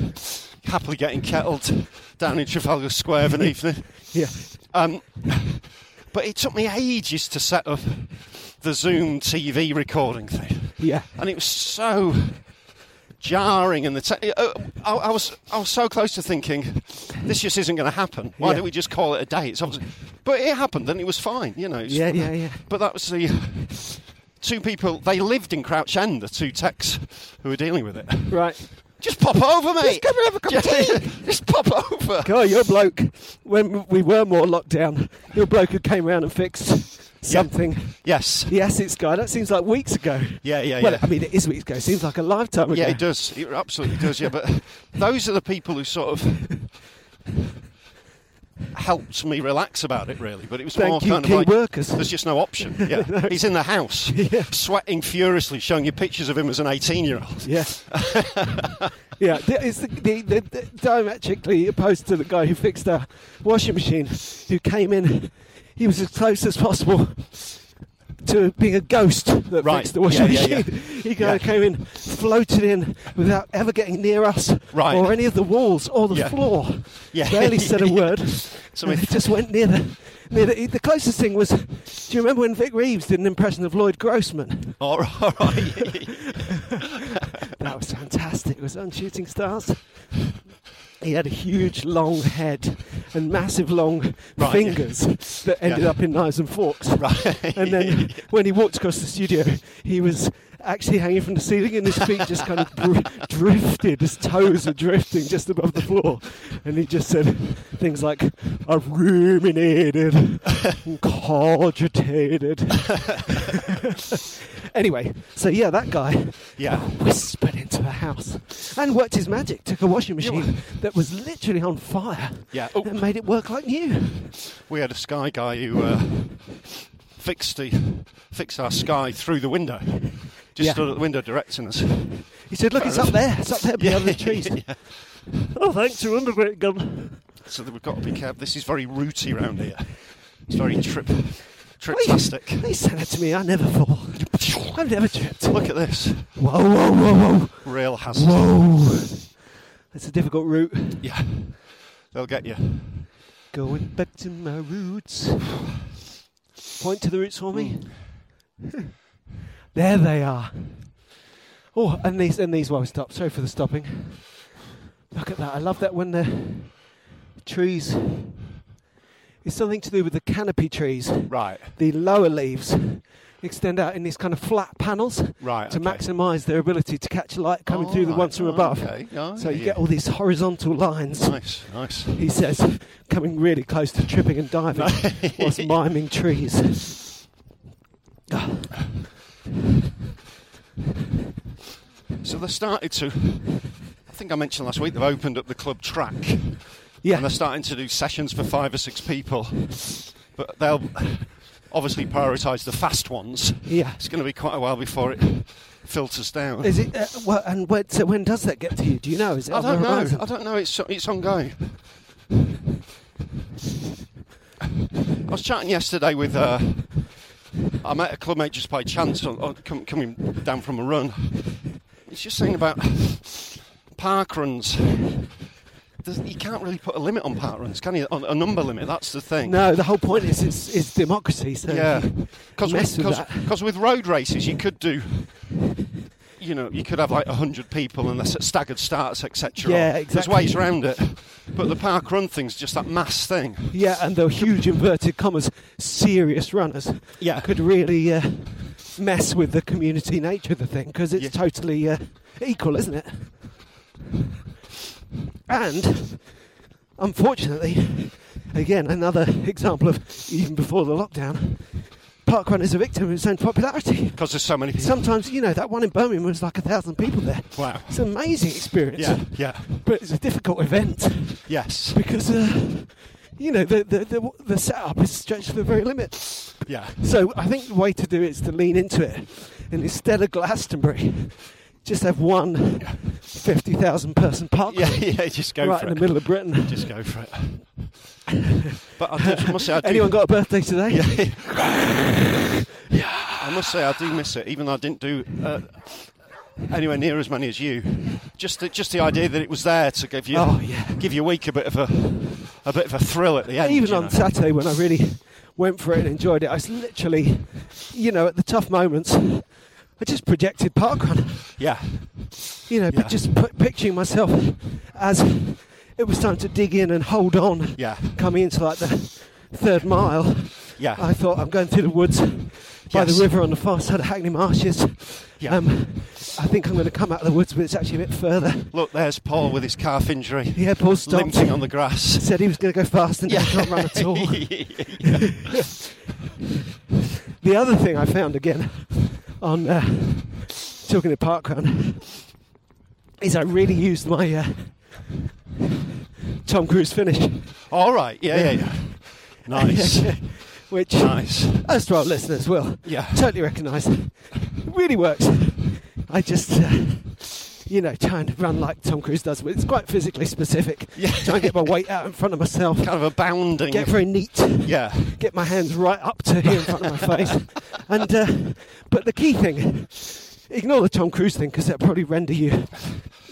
Happily getting kettled down in Trafalgar Square of an evening. Yeah. Um, but it took me ages to set up the Zoom TV recording thing, Yeah. and it was so jarring. And the te- uh, I, I was I was so close to thinking, this just isn't going to happen. Why Yeah. don't we just call it a day? It's obviously, but it happened, and it was fine. You know. It's- Yeah, yeah, yeah. But that was the two people. They lived in Crouch End. The two techs who were dealing with it. Right. Just pop over, mate. Just come and have a cup of tea. just pop over. God, your Oh, bloke, when we were more locked down, your bloke who came round and fixed something. Yes. The assets guy, that seems like weeks ago. Yeah, yeah, well, yeah. I mean, it is weeks ago. It seems like a lifetime ago. Yeah, it does. It absolutely does. Yeah, but those are the people who sort of helped me relax about it, really. But it was Thank more you, kind key of like workers. there's just no option. Yeah, he's in the house, sweating furiously, showing you pictures of him as an 18-year-old. Yeah. yeah. th- It's the, the, the, the diametrically opposed to the guy who fixed our washing machine, who came in. He was as close as possible to being a ghost that Right. fixed the washing Yeah, yeah, yeah. machine. He kind Yeah. of came in, floated in without ever getting near us Right. or any of the walls or the Yeah. floor. Yeah. Barely said a word. So And we- he just went near the. Near the, the closest thing was, do you remember when Vic Reeves did an impression of Lloyd Grossman? All right, all right. That was fantastic. It was on Shooting Stars. he had a huge long head and massive long Right. fingers that ended Yeah. up in knives and forks. Right. And then when he walked across the studio, he was actually hanging from the ceiling, and his feet just kind of dr- drifted. His toes were drifting just above the floor, and he just said things like, "I ruminated, and cogitated." anyway, so yeah, that guy Yeah. whispered into a house and worked his magic. Took a washing machine that was literally on fire. Yeah. Oh. and made it work like new. We had a sky guy who uh, fixed the fixed our sky through the window. Just Yeah. stood at the window directing us. He said, "Look, it's up there. It's up there beyond the trees." Yeah. Oh, thanks, you underground gun. So that we've got to be careful. This is very rooty round here. It's very trip trip Why- plastic. They said that to me. I never fall. I've never tripped. Look at this. Whoa, whoa, whoa, Real hazard. whoa, whoa. That's a difficult route. Yeah. They'll get you. Going back to my roots. Point to the roots for me. Hmm. there they are. Oh, and these and these won't stop. Sorry for the stopping. Look at that. I love that when the trees. It's something to do with the canopy trees. Right. the lower leaves extend out in these kind of flat panels Right, to okay. maximise their ability to catch light coming through the Alright, ones from above. okay. Oh, so yeah, you yeah. get all these horizontal lines. Nice, nice. He says, coming really close to tripping and diving whilst miming trees. So they started to. I think I mentioned last week they've opened up the club track Yeah, and they're starting to do sessions for five or six people, but they'll obviously prioritise the fast ones. yeah. It's going to be quite a while before it filters down. Is it? Uh, well, and when, so when does that get to you? Do you know? Is it I on the don't know. horizon? I don't know. It's it's ongoing. I was chatting yesterday with. Uh, I met a clubmate just by chance on, on, com- coming down from a run. It's just saying about park runs. There's, you can't really put a limit on park runs, can you? On a number limit. That's the thing. No, the whole point is it's, it's democracy. So Yeah, because mess with, with cause, that. 'cause with road races you could do, you know, you could have like hundred people and that's at staggered starts, etc. Yeah, There's exactly. ways around it, but the park run thing's just that mass thing. Yeah, and the huge inverted commas serious runners Yeah. could really uh, mess with the community nature of the thing because it's Yeah. totally uh, equal, isn't it? And unfortunately, again, another example of even before the lockdown, parkrun is a victim of its own popularity. Because there's so many people. Sometimes, you know, that one in Birmingham was like a thousand people there. Wow. It's an amazing experience. Yeah, yeah, But it's a difficult event yes, because uh, you know the, the the the setup is stretched to the very limit. yeah, So I think the way to do it is to lean into it, and instead of Glastonbury, just have one fifty thousand person park yeah, yeah. Just go right for in it. the middle of Britain. Just go for it. but I, do, I must say, I do, Anyone got a birthday today? I must say, I do miss it, even though I didn't do uh, anywhere near as many as you. Just, the, just the idea that it was there to give you, Oh, yeah. give your week a bit of a, a bit of a thrill at the end. Even you on know. Saturday when I really went for it and enjoyed it, I was literally, you know, at the tough moments, I just projected parkrun. yeah, you know, Yeah. but just pu- picturing myself as it was time to dig in and hold on. Yeah. Coming into like the third mile, yeah, I thought I'm going through the woods by Yes. the river um, on the far side of Hackney Marshes. yeah. I think I'm going to come out of the woods, but it's actually a bit further. Look, there's Paul with his calf injury, Yeah, Paul stopped. limping on the grass. Said he was going to go fast and Yeah. I can't run at all. The other thing I found again on uh, talking to parkrun is I really used my uh, Tom Cruise finish. All right, yeah, yeah, yeah. Nice, which, nice. as to our listeners will, Yeah. totally recognise, really works. I just, uh, you know, trying to run like Tom Cruise does, but it's quite physically specific. Yeah. Try and get my weight out in front of myself, Kind of a bounding. get very neat, yeah, get my hands right up to here in front of my face, and uh, but the key thing, ignore the Tom Cruise thing because that'll probably render you,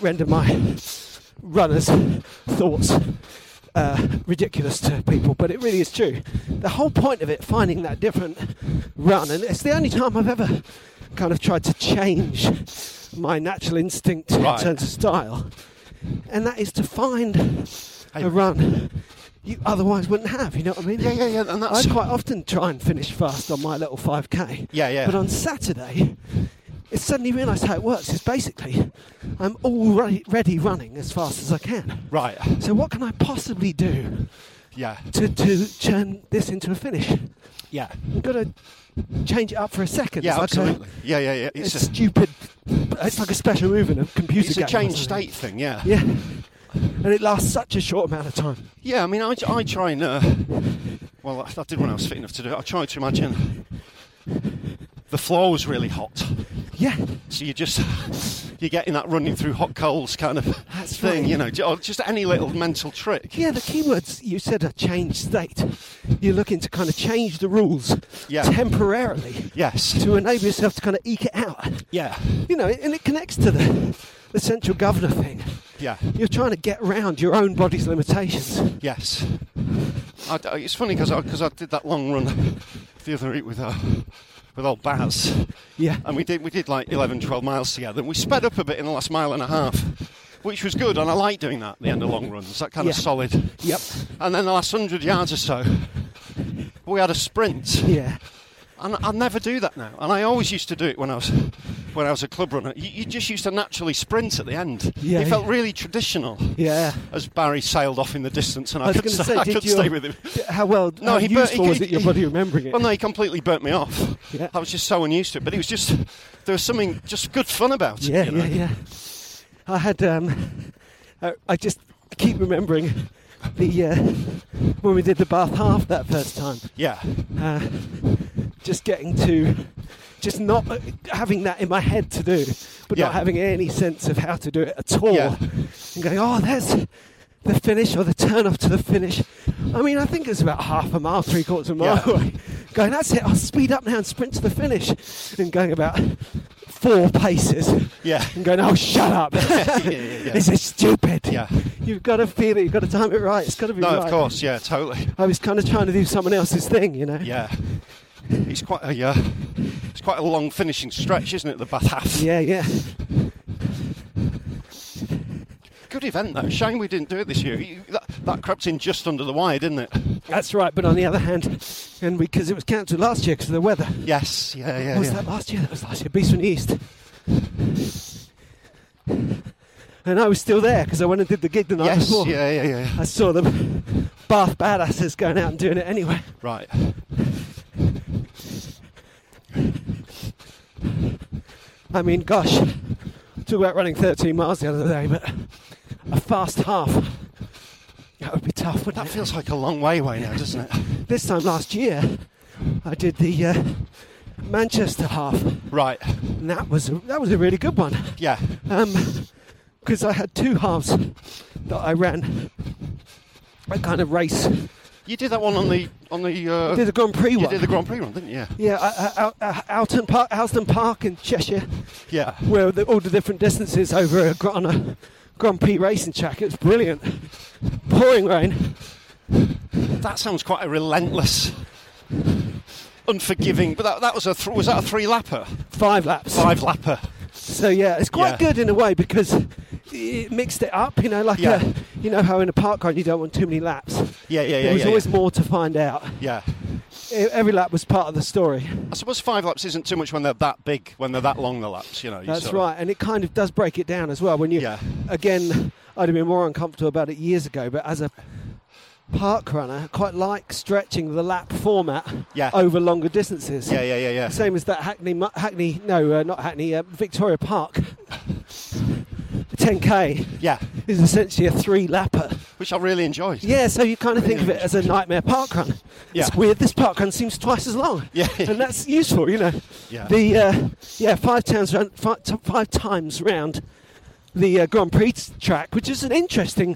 render my runners' thoughts uh, ridiculous to people, but it really is true. The whole point of it, finding that different run, and it's the only time I've ever kind of tried to change my natural instinct Right. in terms of style, and that is to find Hey. a run you otherwise wouldn't have. You know what I mean? Yeah, yeah, yeah, and that's- I quite often try and finish fast on my little 5k. Yeah, yeah. But on Saturday, it suddenly realised how it works. Is basically, I'm already running as fast as I can. Right. So what can I possibly do Yeah. to to turn this into a finish? Yeah. I've got to change it up for a second. Yeah, It's like a- absolutely. Yeah, yeah, yeah. it's It's, a, stupid. It's like a special move in a computer it's game. or a change something. state thing, yeah. Yeah, and it lasts such a short amount of time. Yeah, I mean, I, I try and. Uh, well, I, I did when I was fit enough to do it. I tried to imagine the floor was really hot. Yeah, So you just. You're getting that running through hot coals kind of That's thing, right. you know, j- or just any little mental trick. yeah. The keywords you said are change state. You're looking to kind of change the rules Yeah. temporarily Yes. to enable yourself to kind of eke it out. Yeah. You know, and it connects to the the central governor thing. Yeah. You're trying to get round your own body's limitations. Yes. I d it's funny because I, 'cause I did that long run the other week with, uh, with old Baz. Yeah. and we did we did like 11 12 miles together and we sped up a bit in the last mile and a half which was good and i like doing that at the end of long runs that kind of Yeah. solid Yep. and then the last 100 yards or so we had a sprint Yeah. and i never do that now and i always used to do it when i was when i was a club runner you, you just used to naturally sprint at the end Yeah, it felt yeah. really traditional Yeah. as barry sailed off in the distance and i, I was could, going to sta- say, I did could your- stay with him How well? No, how he bur- useful he- was it? Your he- body remembering it. Well, no, he completely burnt me off. Yeah. I was just so unused to it, but it was just there was something just good fun about it. Yeah, you know? yeah, yeah. I had. Um, I, I just keep remembering the uh, when we did the Bath half that first time. Yeah, Uh, just getting to, just not uh, having that in my head to do, but Yeah. not having any sense of how to do it at all. Yeah. And going, oh, there's the finish or the turn off to the finish. I mean, I think it's about half a mile, three quarters of a mile. Yeah. away. Going, that's it. I'll speed up now and sprint to the finish, and going about four paces yeah. and going, oh, shut up. yeah, yeah, yeah. this is stupid. Yeah. You've got to feel it. You've got to time it right. It's got to be No, right. of course, yeah, totally. I was kind of trying to do someone else's thing, you know? Yeah, it's quite a uh, it's quite a long finishing stretch, isn't it? The Bath half. Yeah, yeah. Good event though. Shame we didn't do it this year. You- That, that crept in just under the wire, didn't it? That's right. But on the other hand, and because it was cancelled last year because of the weather. Yes. Yeah. Yeah. What was yeah. that last year? That was last year. Beast from the East. And I was still there because I went and did the gig the night Yes. before. Yeah. Yeah. Yeah. I saw them Bath badasses going out and doing it anyway. Right. I mean, gosh, talk about running 13 miles the other day, but a fast half, that would be tough, wouldn't That it? feels like a long way away now, doesn't it? This time last year, I did the uh, Manchester half, and Right. that was a, that was a really good one. Yeah. Because Um, I had two halves that I ran a kind of race. You did that one on the on the. Uh, I did the Grand Prix you one. did the Grand Prix run, didn't you? Yeah. yeah, I, I, I, Alton Park, Alston Park in Cheshire. Yeah. where the, all the different distances over a, gr- on a Grand Prix racing track. It's brilliant. Pouring rain. That sounds quite a relentless, unforgiving. But that, that was a th- was that a three lapper, Five laps. five lapper? So yeah, it's quite Yeah. good in a way because it mixed it up. You know, like Yeah. a, you know how in a park run you don't want too many laps. Yeah, yeah, yeah. there was yeah, always yeah. more to find out. Yeah. E- Every lap was part of the story. I suppose five laps isn't too much when they're that big, when they're that long. The laps, you know. you That's sort of- right, and it kind of does break it down as well. When you, Yeah. again, I'd have been more uncomfortable about it years ago, but as a park runner, I quite like stretching the lap format Yeah. over longer distances. Yeah, yeah, yeah, yeah. Same as that Hackney, Mu- Hackney, no, uh, not Hackney, uh, Victoria Park. 10k Yeah, is essentially a three lapper. which I really enjoyed. Yeah, so you kind of think of it as a nightmare park run. It's Yeah. weird. This park run seems twice as long. Yeah. and that's useful, you know. Yeah. The uh, yeah five times round, five, t- five times round the uh, Grand Prix track, which is an interesting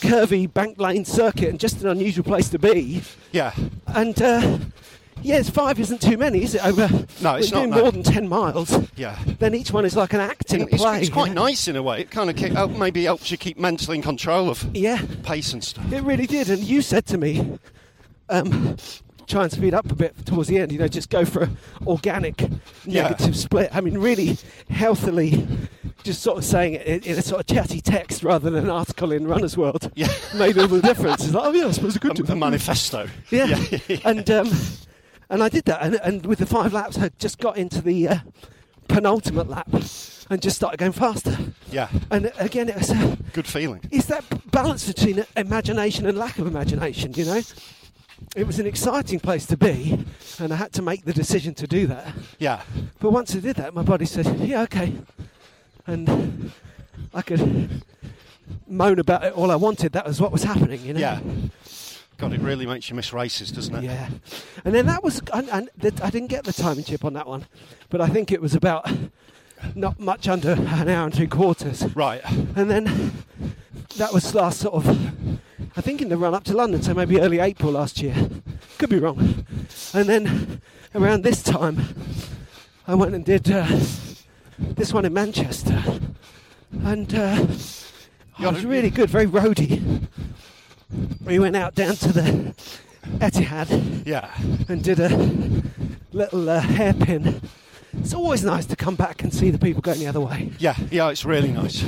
curvy bank lane circuit and just an unusual place to be. Yeah. And uh, yes, five isn't too many, is it? Over No, we're it's not, doing no. more than ten miles. Yeah. Then each one is like an act in a It's, play. it's you quite know? nice in a way. It kind of keep, help, maybe helps you keep mentally in control of Yeah. pace and stuff. It really did. And you said to me, um, try and speed up a bit towards the end, you know, just go for an organic Yeah. negative split. I mean, really healthily just sort of saying it in, in a sort of chatty text rather than an article in Runner's World Yeah. Um, made all the difference. It's like, oh yeah, I suppose I could A, do a manifesto. yeah. yeah. And um, and I did that, and, and with the five laps, I just got into the uh, penultimate lap and just started going faster. Yeah. And again, it was uh, Good feeling. it's that balance between imagination and lack of imagination. You know, it was an exciting place to be, and I had to make the decision to do that. Yeah. But once I did that, my body said, "Yeah, okay," and I could moan about it all I wanted. That was what was happening. You know. Yeah. God, it really makes you miss races, doesn't it? Yeah, and then that was, and, and the, I didn't get the timing chip on that one, but I think it was about not much under an hour and three quarters. Right. And then that was last sort of, I think in the run up to London, so maybe early April last year. Could be wrong. And then around this time, I went and did uh, this one in Manchester, and uh, it Yeah, was you- really good, very roady. We went out down to the Etihad Yeah. and did a little uh, hairpin. It's always nice to come back and see the people going the other way. Yeah. Yeah. It's really nice.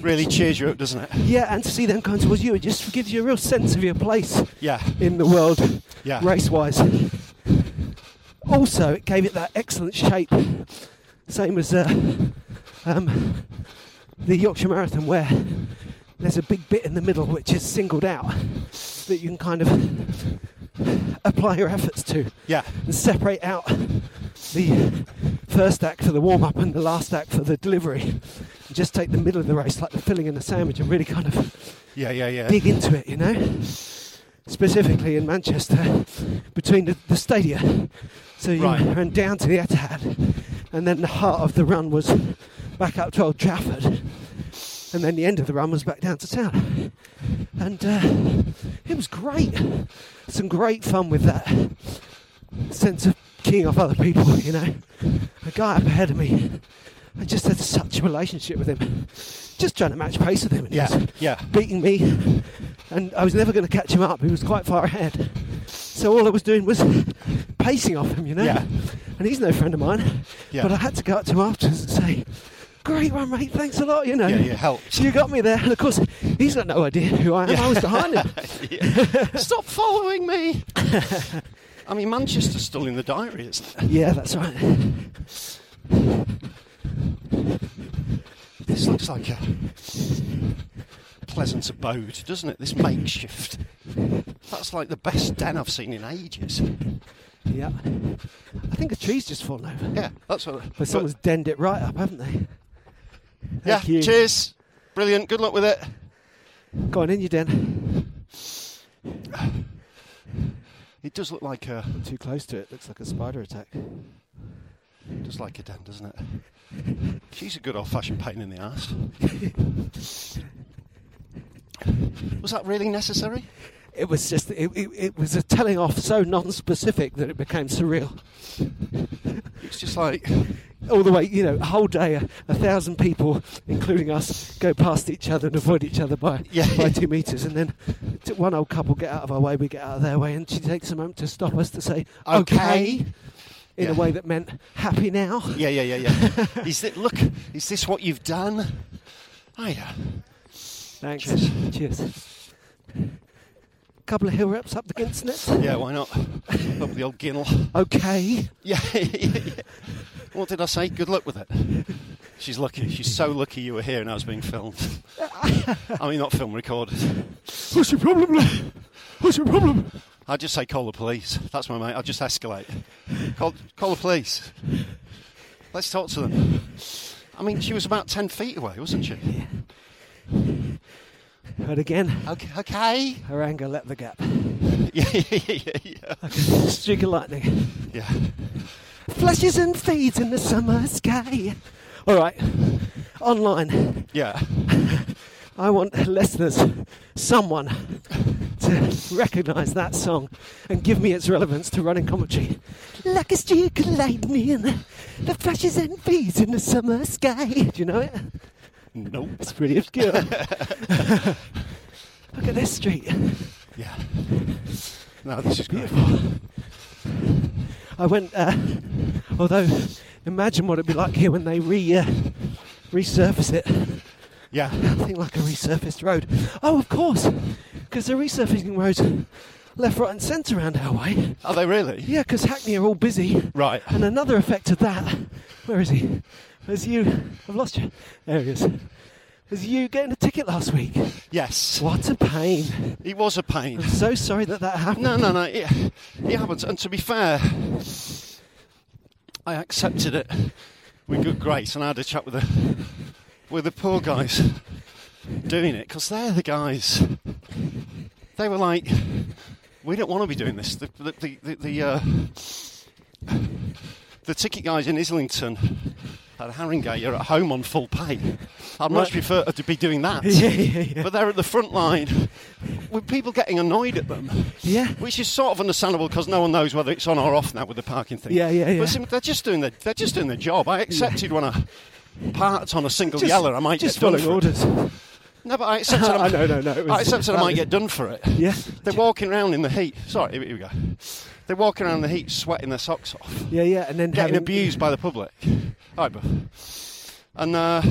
Really cheers you up, doesn't it? Yeah, and to see them come towards you, it just gives you a real sense of your place Yeah. in the world, Yeah. race wise. Also, it gave it that excellent shape, same as uh, um, the Yorkshire Marathon, where there's a big bit in the middle which is singled out that you can kind of apply your efforts to Yeah. and separate out the first act for the warm up and the last act for the delivery. And just take the middle of the race, like the filling in a sandwich, and really kind of Yeah. Yeah. Yeah. dig into it, you know? Specifically in Manchester, between the, the stadia. So you Right. ran down to the Etihad, and then the heart of the run was back up to Old Trafford, and then the end of the run was back down to town. And uh, it was great. Some great fun with that sense of keying off other people, you know? A guy up ahead of me, I just had such a relationship with him. Just trying to match pace with him. and he Yeah. was- Yeah. beating me, and I was never going to catch him up. He was quite far ahead. So all I was doing was pacing off him, you know? Yeah. And he's no friend of mine. Yeah. But I had to go up to him afterwards and say, Great one, mate. Thanks a lot, you know. Yeah, you helped. You got me there. And of course, he's got no idea who I am. I was behind him. Stop following me. I mean, Manchester's still in the diary, isn't it? Yeah, that's right. This looks like a pleasant abode, doesn't it? This makeshift. That's like the best den I've seen in ages. Yeah. I think a tree's just fallen over. Yeah, that's what. But someone's denned it right up, haven't they? yeah, Thank you. cheers. Brilliant. Good luck with it. Go on in, you den. It does look like a Too close to it. Looks like a spider attack. does like a den, doesn't it? She's a good old-fashioned pain in the ass. Was that really necessary? it was just it, it, it was a telling off so non-specific that it became surreal It's just like all the way you know a whole day a, a thousand people including us go past each other and avoid each other by Yeah. by two meters and then t- one old couple get out of our way we get out of their way and she takes a moment to stop us to say okay, Okay. in a Yeah. way that meant happy now Yeah, yeah, yeah, yeah. is it? Look, is this what you've done? Oh yeah. thanks Cheers. cheers couple of hill reps up the Gintsnet Yeah, why not? Up the old ginnel. okay Yeah. what did I say? Good luck with it. She's lucky. She's so lucky you were here and I was being filmed. I mean, not film recorded. what's your problem Lee? what's your problem I just say call the police. That's my mate. I just escalate. Call, call the police. Let's talk to them. I mean, she was about ten feet away, wasn't she? and again Okay. Okay. her anger let the gap Yeah, yeah, yeah, yeah. streak of lightning yeah. Flashes and fades in the summer sky. All right, online. Yeah. I want listeners, someone, to recognise that song and give me its relevance to running commentary. Like a streak of lightning, the flashes and fades in the summer sky. Do you know it? Nope. It's pretty obscure. Look at this street. Yeah. No, this is great. I went. Uh, although, imagine what it'd be like here when they re uh, resurface it. Yeah. Nothing like a resurfaced road. Oh, of course, because they're resurfacing roads left, right, and centre around our way. Are they really? Yeah, because Hackney are all busy. Right. And another effect of that, where is he? Was you? I've lost you. There he is. Was you getting a ticket last week? Yes. What a pain! It was a pain. I'm so sorry that that happened. No, no, no. It, it happens. And to be fair, I accepted it with good grace, and I had a chat with the with the poor guys doing it because they're the guys. They were like, "We don't want to be doing this." The the the, the, the, uh, the ticket guys in Islington at Haringey are at home on full pay. I'd Right. much prefer to be doing that. Yeah, yeah, yeah. But they're at the front line with people getting annoyed at them. Yeah. Which is sort of understandable because no one knows whether it's on or off now with the parking thing. Yeah, yeah, yeah. But sim- they're just doing their they're just doing their job. I accepted when I parked on a single yeller, I might just get done following for it. orders. No, but I accepted. I I'm- know, no, no, it I was- accepted. I that might was- get done for it. Yeah. They're walking around in the heat. Sorry, here we go. They're walking around in the heat, sweating their socks off, Yeah, yeah, and then getting having, abused by the public. All right, but and uh,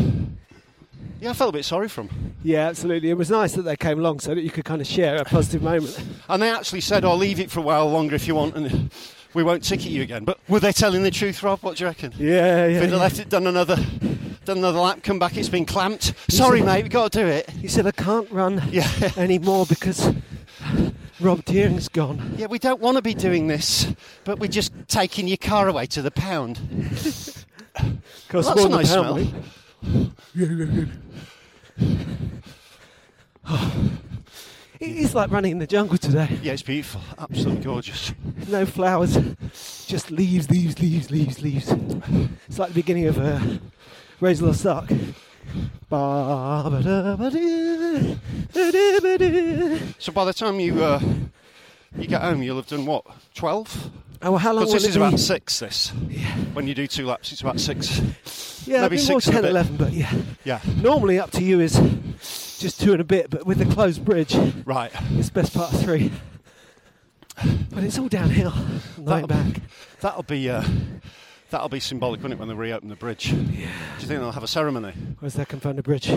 yeah, I felt a bit sorry for them. Yeah, absolutely. It was nice that they came along so that you could kind of share a positive moment. And they actually said, "Oh, leave it for a while longer if you want, and we won't ticket you again." But were they telling the truth, Rob? What do you reckon? Yeah, If yeah. they'd yeah. left it, done another, done another lap, come back, it's been clamped. Sorry, mate, we got to do it. He said, I can't run Yeah. anymore because Rob Deering's gone. Yeah, we don't want to be doing this, but we're just taking your car away to the pound. Cost Well, that's a more nice than smell. pound, mate. it is like running in the jungle today. Yeah, it's beautiful, absolutely gorgeous. No flowers, just leaves, leaves, leaves, leaves, leaves. It's like the beginning of uh, Raise a Little Sock. Ba-ba-da-ba-doo, ba-doo-ba-doo. So by the time you uh, you get home, you'll have done what, twelve? Oh, well, how long Because will this it is be? about six. This, when you do two laps, it's about six. yeah, maybe it'll be more six and a 10, 11, bit. but yeah. Yeah, Normally up to you is just two and a bit, but with the closed bridge, right. it's best part of three. But it's all downhill. on the way That'll- back. That'll be uh, that'll be symbolic, won't it, when they reopen the bridge? Yeah. Do you think they'll have a ceremony? Or is that confounded bridge?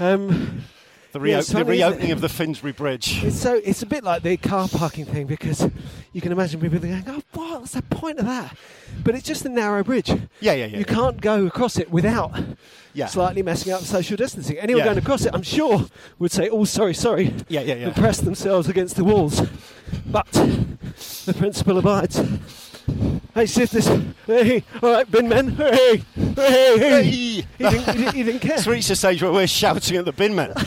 um, The, Yeah, reop- it's funny, isn't the it? reopening of the Finsbury Bridge. it's so it's a bit like the car parking thing because you can imagine people going, "Oh, what? What's the point of that?" But it's just a narrow bridge. Yeah, yeah, yeah. you can't go across it without Yeah. slightly messing up social distancing. Anyone Yeah. going across it, I'm sure, would say, "Oh, sorry, sorry." Yeah, yeah, yeah. And press themselves against the walls. But the principle abides. Hey, see if this. Hey, all right, bin men. Hey, hey, hey. Hey! He, didn't, he, didn't, he didn't care. It's reached a stage where we're shouting at the bin men. All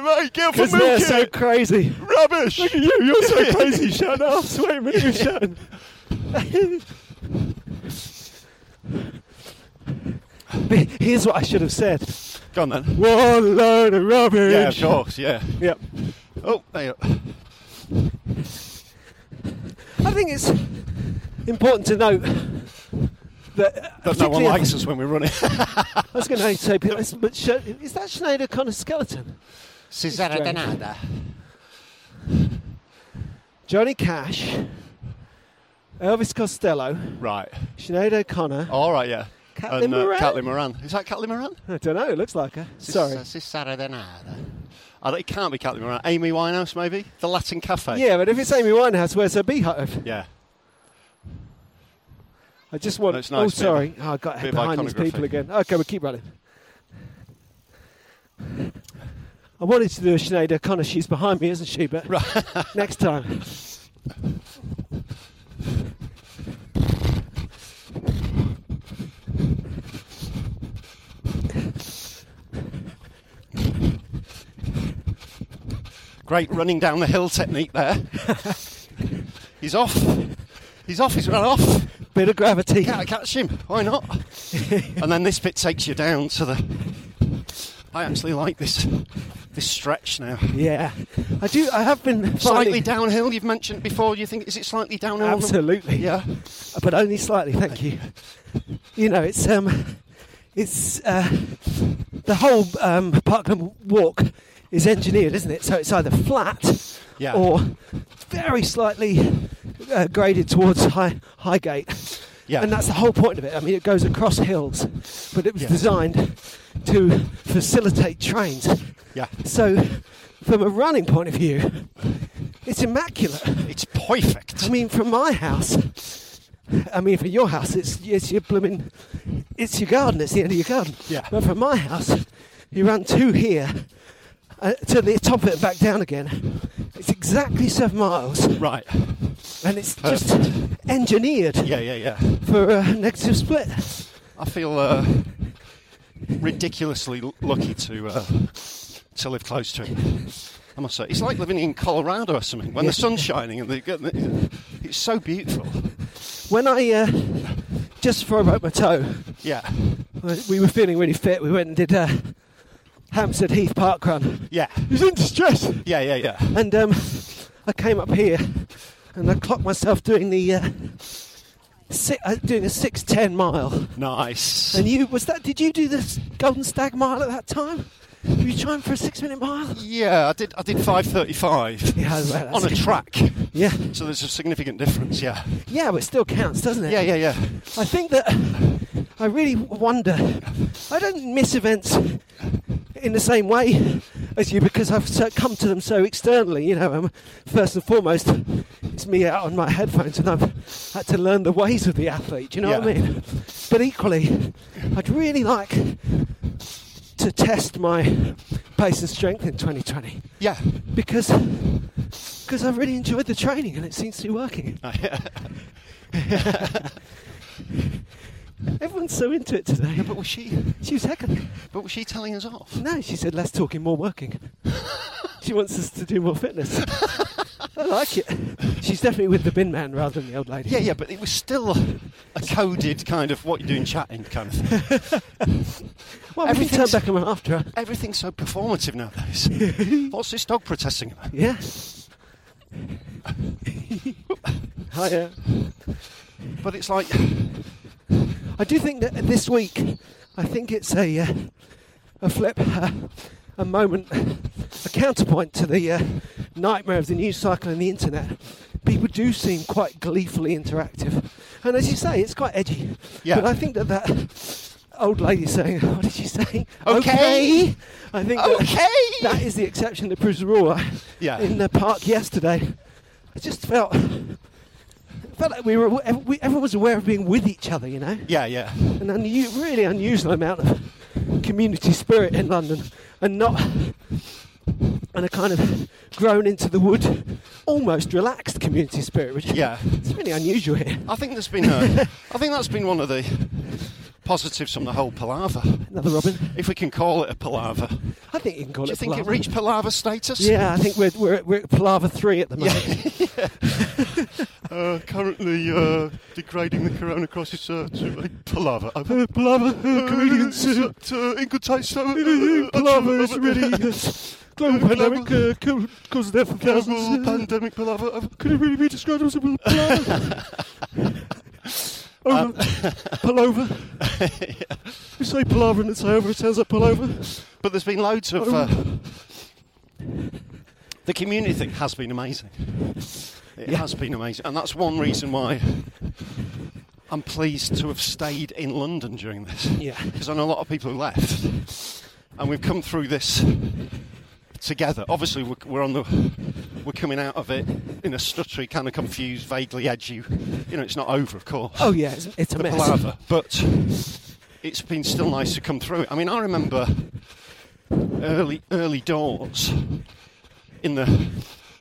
right, mate, get off the Because they're so milk crazy. Rubbish! Look at you, you're so crazy, Sean. Oh, wait a minute, you're Sean. Here's what I should have said. Go on then. What a load of rubbish. Yeah, of course, yeah. Yep. Oh, there you are. I think it's important to note that. That no one particularly- likes us when we're running. I was going to say, but it's- but Sh- is that Schneider kind of skeleton? Susanna Strange. Donada. Johnny Cash, Elvis Costello, Right. Sinead O'Connor. All right, yeah. Catelyn And, uh, Moran? Catelyn Moran. Is that Catelyn Moran? I don't know, it looks like her. Sorry. uh, Susanna Donada. I don't- Oh, It can't be Catelyn Moran. Amy Winehouse, maybe? The Latin Cafe. Yeah, but if it's Amy Winehouse, where's her beehive? Yeah. I just want. That's oh, nice, bit sorry. of- Oh, I got bit of behind these people iconography. again. Okay, we'll keep running. I wanted to do a Sinead O'Connor. She's behind me, isn't she? But next time. Great running down the hill technique there. He's off. He's off. He's run off. Bit of gravity. Can't catch him. Why not? and then this bit takes you down to the. I actually like this this stretch now. Yeah, I do. I have been Slightly finding- downhill. You've mentioned before. You think is it slightly downhill? Absolutely. Yeah. but only slightly. Thank you. You know, it's um, it's uh, the whole um, Parkland Walk is engineered, isn't it? So it's either flat Yeah. or very slightly uh, graded towards high Highgate. Yeah. And that's the whole point of it. I mean, it goes across hills, but it was Yeah. designed to facilitate trains. Yeah. So, from a running point of view, it's immaculate. It's perfect. I mean, from my house, I mean, from your house, it's, it's your blooming, it's your garden, it's the end of your garden. Yeah. But from my house, you run two here uh, to the top of it and back down again. It's exactly seven miles, right. and it's just Perfect. engineered Yeah, yeah, yeah. for a negative split. I feel uh, ridiculously l- lucky to uh, to live close to it. I must say, it's like living in Colorado or something. When the sun's shining and they get, it's so beautiful. When I uh, just before I broke my toe, Yeah, we were feeling really fit. We went and did uh, Hampstead Heath Park Run. yeah, He's in distress. yeah, yeah, yeah. And um, I came up here and I clocked myself doing the uh, si- uh, doing a six ten mile. Nice. And you was that? Did you do the s- Golden Stag Mile at that time? Were you trying for a six minute mile? yeah, I did. I did five thirty-five Yeah, well, that's on a good. track. Yeah, So there's a significant difference. Yeah, yeah, but it still counts, doesn't it? yeah, yeah, yeah. I think that I really wonder. I don't miss events in the same way as you because I've so, come to them so externally. You know, um, first and foremost, it's me out on my headphones, and I've had to learn the ways of the athlete. You know what I Yeah. mean? But equally, I'd really like to test my pace and strength in 2020 Yeah. because because I've really enjoyed the training and it seems to be working. Oh, Everyone's so into it today. But was she? She was heckling. But was she telling us off? No, she said less talking, more working. she wants us to do more fitness. I like it. She's definitely with the bin man rather than the old lady. Yeah, yeah, but it was still a coded kind of what you're doing chatting kind of thing. Well, we can turn everything's- back and run after her. Everything's so performative nowadays. What's this dog protesting about? Yeah. Hi, uh, But it's like, I do think that this week, I think it's a uh, a flip, uh, a moment, a counterpoint to the uh, nightmare of the news cycle and the internet. People do seem quite gleefully interactive, and as you say, it's quite edgy. Yeah. But I think that that old lady saying, "What did she say?" Okay. Okay. I think that- okay! that is the exception that proves the rule. I- Yeah. In the park yesterday, I just felt felt like we were we, everyone was aware of being with each other, you know. yeah, yeah. An unu- really unusual amount of community spirit in London, and not and a kind of grown into the wood, almost relaxed community spirit, which Yeah. it's really unusual here. I think there's been a, I think that's been one of the positives from the whole palaver. Another Robin. If we can call it a palaver. Do I think you can call you it. think it palaver. reached palaver status? Yeah, I think we're we're, at- we're at palaver three at the moment. Uh, currently uh, degrading the corona crosses uh, to a palaver. Uh, palaver, uh, comedians, uh, in good taste. Uh, Palaver is really uh, global pandemic uh, co- causes death of thousands. Uh, pandemic palaver. Uh, could it really be described as a palaver? Over. Pullover. You say palaver and it's over, it sounds like pullover. But there's been loads of. Uh, the community thing has been amazing. It Yeah. has been amazing. And that's one reason why I'm pleased to have stayed in London during this. Yeah. Because I know a lot of people who left. And we've come through this together. Obviously, we're, we're on the. We're coming out of it in a stuttery, kind of confused, vaguely edgy. You know, it's not over, of course Oh, yeah, it's, it's a the mess. palaver, but it's been still nice to come through it. I mean, I remember early early doors in the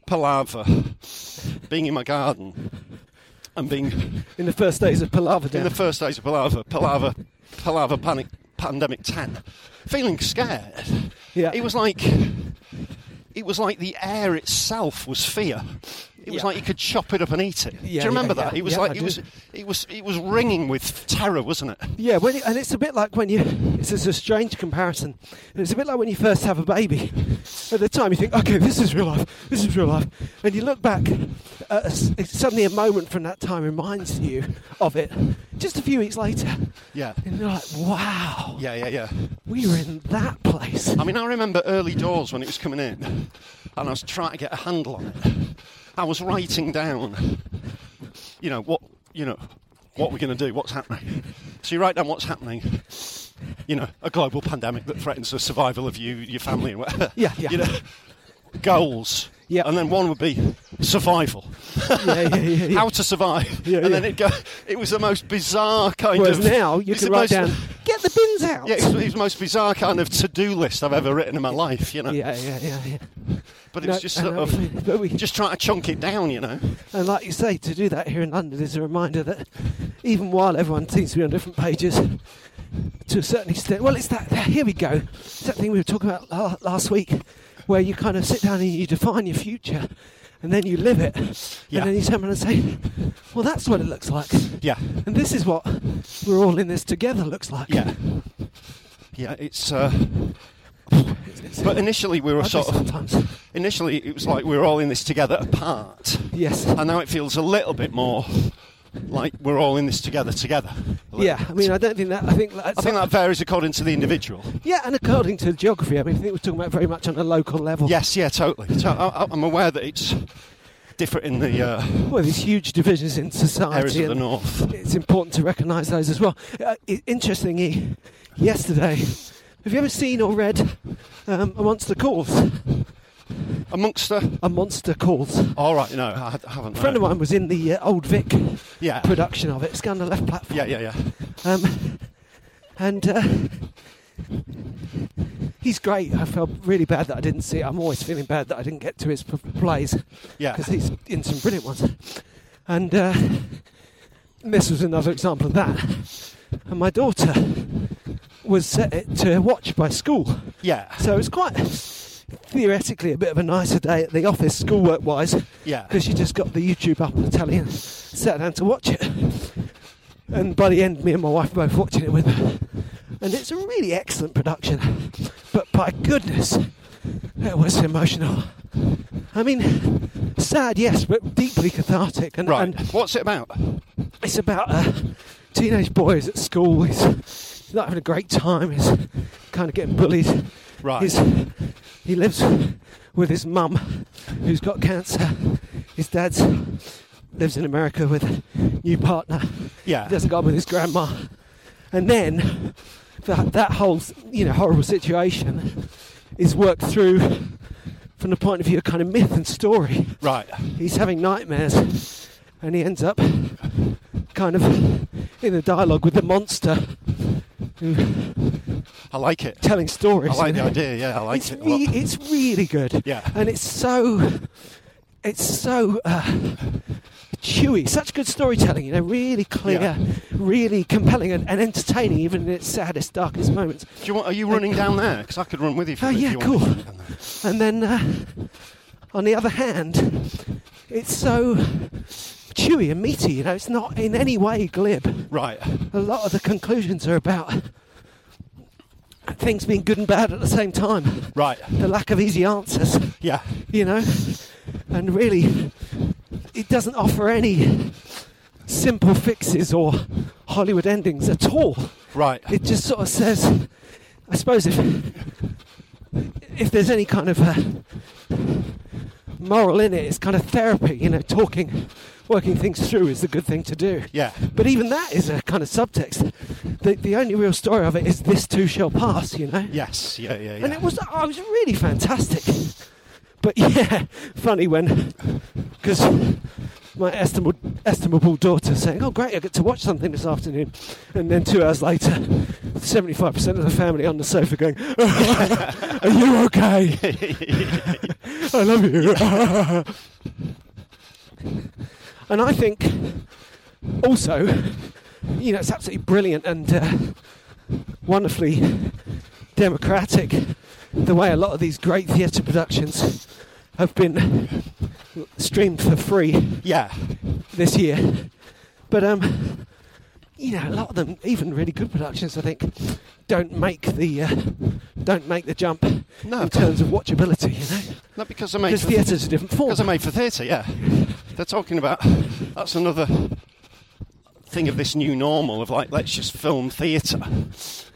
palaver, being in my garden and being In the first days of palaver in down. the first days of palaver, palaver, palaver panic pandemic ten, feeling scared. Yeah. it was like. It was like the air itself was fear. It was Yeah. like you could chop it up and eat it. Yeah, do you remember yeah, that? yeah. It was Yeah, like I it do. was it was it was ringing with terror, wasn't it? yeah, when you, and it's a bit like when you. It's, it's a strange comparison. And it's a bit like when you first have a baby. At the time, you think, okay, this is real life. This is real life. And you look back, uh, s- suddenly a moment from that time reminds you of it. Just a few weeks later, Yeah. and you're like, wow, Yeah, yeah, yeah. we were in that place. I mean, I remember early doors when it was coming in, and I was trying to get a handle on it. I was writing down, you know, what, you know, What are we going to do? What's happening? So you write down what's happening. You know, a global pandemic that threatens the survival of you, your family, and whatever. Yeah, yeah. You know, goals. Yeah. And then one would be survival. yeah, yeah, yeah, yeah. How to survive. Yeah, and then yeah. it go, It was the most bizarre kind Whereas of. now you it's can the write most- down, get the bins out. Yeah, it's, it's the most bizarre kind of to-do list I've ever written in my life. You know. yeah, yeah, yeah. yeah. But No, it's just I sort know what you mean, but of we- just trying to chunk it down. You know. And like you say, to do that here in London is a reminder that even while everyone seems to be on different pages, to a certain extent, well, it's that, here we go, it's that thing we were talking about la- last week, where you kind of sit down and you define your future, and then you live it, Yeah. and then you turn around and say, well, that's what it looks like, Yeah. and this is what we're all in this together looks like. Yeah. Yeah. It's. Uh, but initially we were I do sort of. sometimes. Initially it was like we were all in this together apart, Yes. and now it feels a little bit more like we're all in this together together. A little Yeah, I bit. mean, I don't think that. I think that's I think that varies according to the individual. Yeah, and according to geography, I mean, I think we're talking about very much on a local level. Yes, yeah, totally. So I, I- I'm aware that it's different in the uh, Well, there's huge divisions in areas society. of the and north. It's important to recognise those as well. Uh, i- interestingly, yesterday, have you ever seen or read um, A Monster Calls? Amongst the. A Monster Calls. A All right, no, I ha- haven't. friend of no. mine was in the uh, Old Vic Yeah. production of it. It's going on the left platform. Yeah, yeah, yeah. Um, and uh, he's great. I felt really bad that I didn't see it. I'm always feeling bad that I didn't get to his p- plays Yeah. because he's in some brilliant ones. And uh, this was another example of that. And my daughter was set it to watch by school, Yeah. so it was quite theoretically a bit of a nicer day at the office, schoolwork wise Yeah. because you just got the YouTube up on the telly and sat down to watch it. And by the end, me and my wife were both watching it with her. And it's a really excellent production, but by goodness, it was emotional. I mean, sad, yes, but deeply cathartic. And, Right. and What's it about? it's about a teenage boy who's at school, he's not having a great time, he's kind of getting bullied. Right. He's, he lives with his mum, who's got cancer. His dad lives in America with a new partner. yeah. He doesn't go on with his grandma. And then that, that whole you know horrible situation is worked through from the point of view of kind of myth and story. Right. He's having nightmares, and he ends up kind of in a dialogue with the monster, who- I like it. telling stories. I like And the idea. Yeah, I like it's it. a lot. Re- it's really good. Yeah. And it's so, it's so uh, chewy. Such good storytelling. You know, really clear, Yeah. really compelling and, and entertaining, even in its saddest, darkest moments. Do you want, are you running down there? Because I could run with you. For Oh, a bit if yeah, you cool. Want me to run down there. And then, uh, on the other hand, it's so chewy and meaty. You know, it's not in any way glib. Right. a lot of the conclusions are about things being good and bad at the same time. Right. The lack of easy answers, Yeah. you know, and really, it doesn't offer any simple fixes or Hollywood endings at all. Right. It just sort of says, I suppose if if there's any kind of uh moral in it, it's kind of therapy, you know, talking, working things through is the good thing to do. yeah. But even that is a kind of subtext. The, the only real story of it is this too shall pass, you know? Yes. Yeah. Yeah. Yeah. And it was, I was really fantastic. But yeah, funny when, because my estimable, estimable daughter saying, oh great, I get to watch something this afternoon. And then two hours later, 75% of the family on the sofa going, are you okay? I love you. and I think also, you know, it's absolutely brilliant and uh, wonderfully democratic the way a lot of these great theatre productions have been streamed for free yeah. this year. But, um, you know, a lot of them, even really good productions, I think, don't make the uh, don't make the jump No. in terms of watchability, you know, Not because I made. because For, theatre's a different form. because I made for theatre. Yeah. They're talking about. That's another thing of this new normal of like let's just film theatre.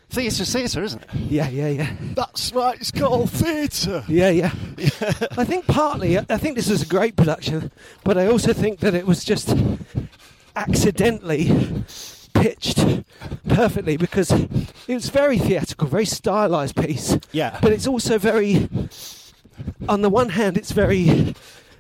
Theatre's theatre, isn't it? Yeah, yeah, yeah. That's right. It's called theatre. Yeah, yeah. I think partly, I think this was a great production, but I also think that it was just accidentally pitched perfectly because it's very theatrical, very stylized piece. Yeah. But it's also very, on the one hand, it's very,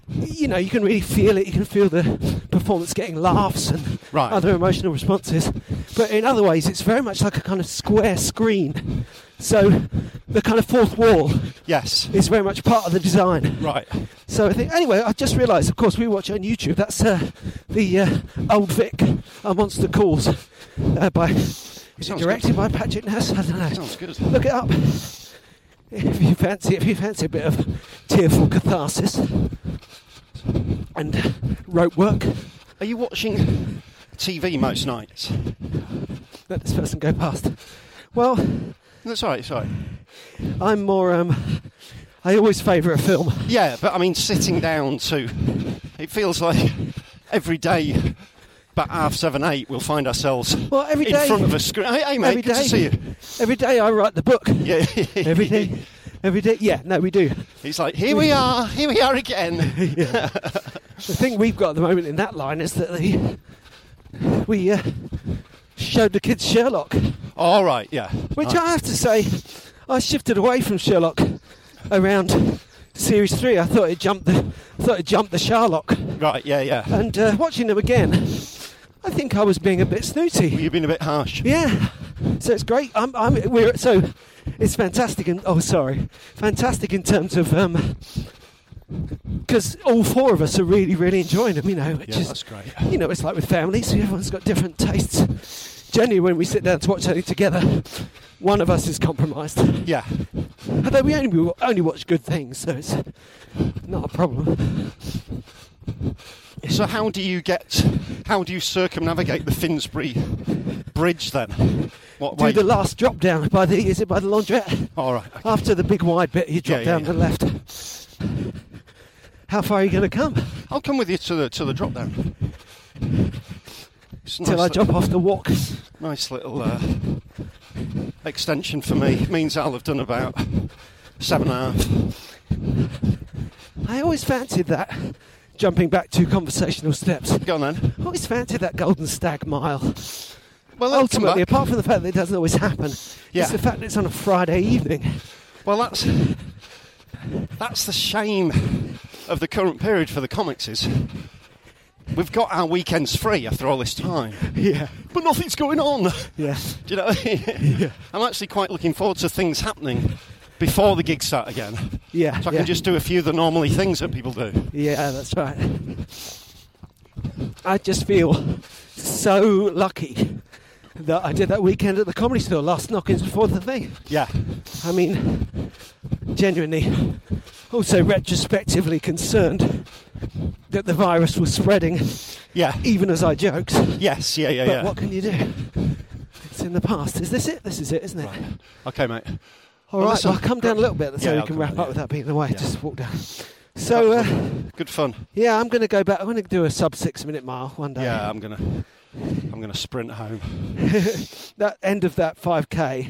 you know, you can really feel it. You can feel the performance getting laughs and Right. other emotional responses. But in other ways, it's very much like a kind of square screen. So the kind of fourth wall Yes. is very much part of the design. Right. So I think anyway, I just realised. Of course, we watch it on YouTube. That's uh, the uh, Old Vic, A Monster Calls, uh, by is it Sounds directed good. by Patrick Ness. I don't know. Sounds good. Look it up if you fancy. If you fancy a bit of tearful catharsis and rope work, Are you watching TV most nights? let this person go past. Well, That's all right. Sorry. I'm more. Um, I always favour a film. Yeah, but I mean, sitting down to it feels like every day. But half seven, eight, we'll find ourselves Well, every in day- front of a screen. Hey, hey, mate, every good day- to see you. Every day I write the book. Yeah, Every day. Every day. Yeah. No, we do. He's like, here we are, here we are again. yeah. The thing we've got at the moment in that line is that the, we uh, showed the kids Sherlock, All right, yeah. which Right. I have to say, I shifted away from Sherlock around series three. I thought it jumped the thought it jumped the Sherlock, right, yeah, yeah. and uh, watching them again, I think I was being a bit snooty. You've been a bit harsh. Yeah, so it's great. I'm, I'm we're so it's fantastic and oh sorry, fantastic in terms of um. Because all four of us are really, really enjoying them, you know, which Yeah, is that's great. you know, it's like with families, everyone's got different tastes. Generally, when we sit down to watch something together, one of us is compromised. Yeah, Although we only, we only watch good things, so it's not a problem. So how do you get? How do you circumnavigate the Finsbury Bridge then? What Do way? the last drop down by the, is it by the laundrette? All right. okay. After the big wide bit, you drop Yeah, yeah, down yeah. to the left. How far are you going to come? I'll come with you to the to the drop down. It's a Till I nice li- drop off the walk. Nice little uh, extension for me. Means I'll have done about seven and a half. I always fancied that, jumping back to conversational steps. Go on then. I always fancied that Golden Stag Mile. Well, that'll come ultimately, back. apart from the fact that it doesn't always happen, Yeah. it's the fact that it's on a Friday evening. Well, that's that's the shame of the current period for the comics is we've got our weekends free after all this time, Yeah, but nothing's going on. yeah. Do you know? What I mean? I'm actually quite looking forward to things happening before the gigs start again, Yeah, so I yeah. can just do a few of the normally things that people do. yeah, that's right. I just feel so lucky that I did that weekend at the comedy store last knockings before the thing. Yeah, I mean, genuinely, also retrospectively concerned that the virus was spreading, yeah, even as I joked. yes, yeah, yeah, But yeah. what can you do? It's in the past. Is this it? This is it, isn't it? Okay, mate. All Well, right, listen- well, come down a little bit so Yeah, we I'll can come wrap down, up yeah. without being away. Yeah. Just walk down. So, uh, Good fun. yeah, I'm going to go back. I'm going to do a sub six minute mile one day. Yeah, I'm gonna I'm gonna sprint home. That end of that 5K,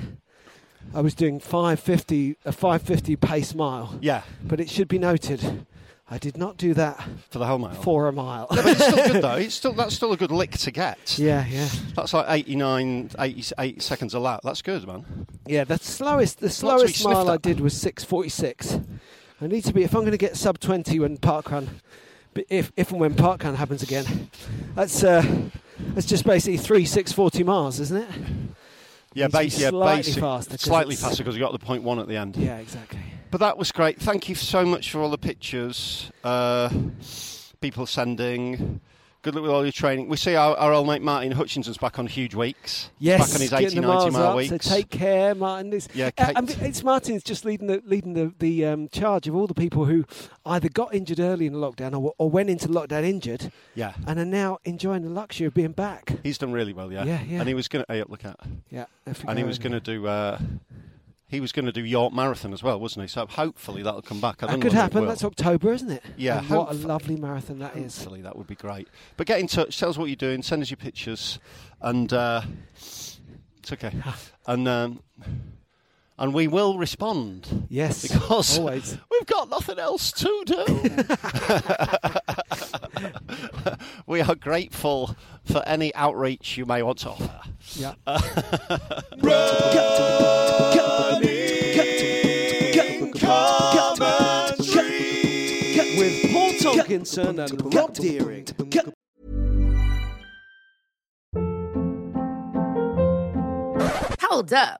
I was doing 550, a 550 pace mile. Yeah, But it should be noted, I did not do that for the whole mile. for a mile. It's still good though. It's still that's still a good lick to get. yeah, yeah. That's like 89, 88 seconds a lap. That's good, man. Yeah, the slowest, the to be slowest sniffed mile I at. did was 646. I need to be, if I'm going to get sub 20 when parkrun, but if, if and when parkrun happens again, that's, uh, that's just basically three, six, 40 miles, isn't it? Yeah, Needs to be basi- yeah, slightly basic- faster, 'cause slightly it's- faster because we got the point one at the end. Yeah, exactly. But that was great. Thank you so much for all the pictures, uh, people sending. Good luck with all your training. We see our, our old mate Martin Hutchinson's back on huge weeks. Yes, back on his 80, getting 90 the miles mile up, weeks. So take care, Martin. It's, Yeah, uh, I Kate- mean, it's Martin's just leading the leading the the um, charge of all the people who either got injured early in the lockdown or, or went into lockdown injured yeah, and are now enjoying the luxury of being back. he's done really well. Yeah, Yeah, yeah. And he was going to hey, up, look at, Yeah, and he was going to do. Uh, he was going to do York Marathon as well, wasn't he? So hopefully that'll come back. I That don't could know whether it happen. will. That's October, isn't it? Yeah, And what a hopefully- lovely marathon that is. Hopefully that would be great. But get in touch. Tell us what you're doing. Send us your pictures, and uh, it's okay. And um, and we will respond. Yes, because always. we've got nothing else to do. we are grateful for any outreach you may want to offer. Yeah. With Paul Tolkinson and Rob Deering. Hold up.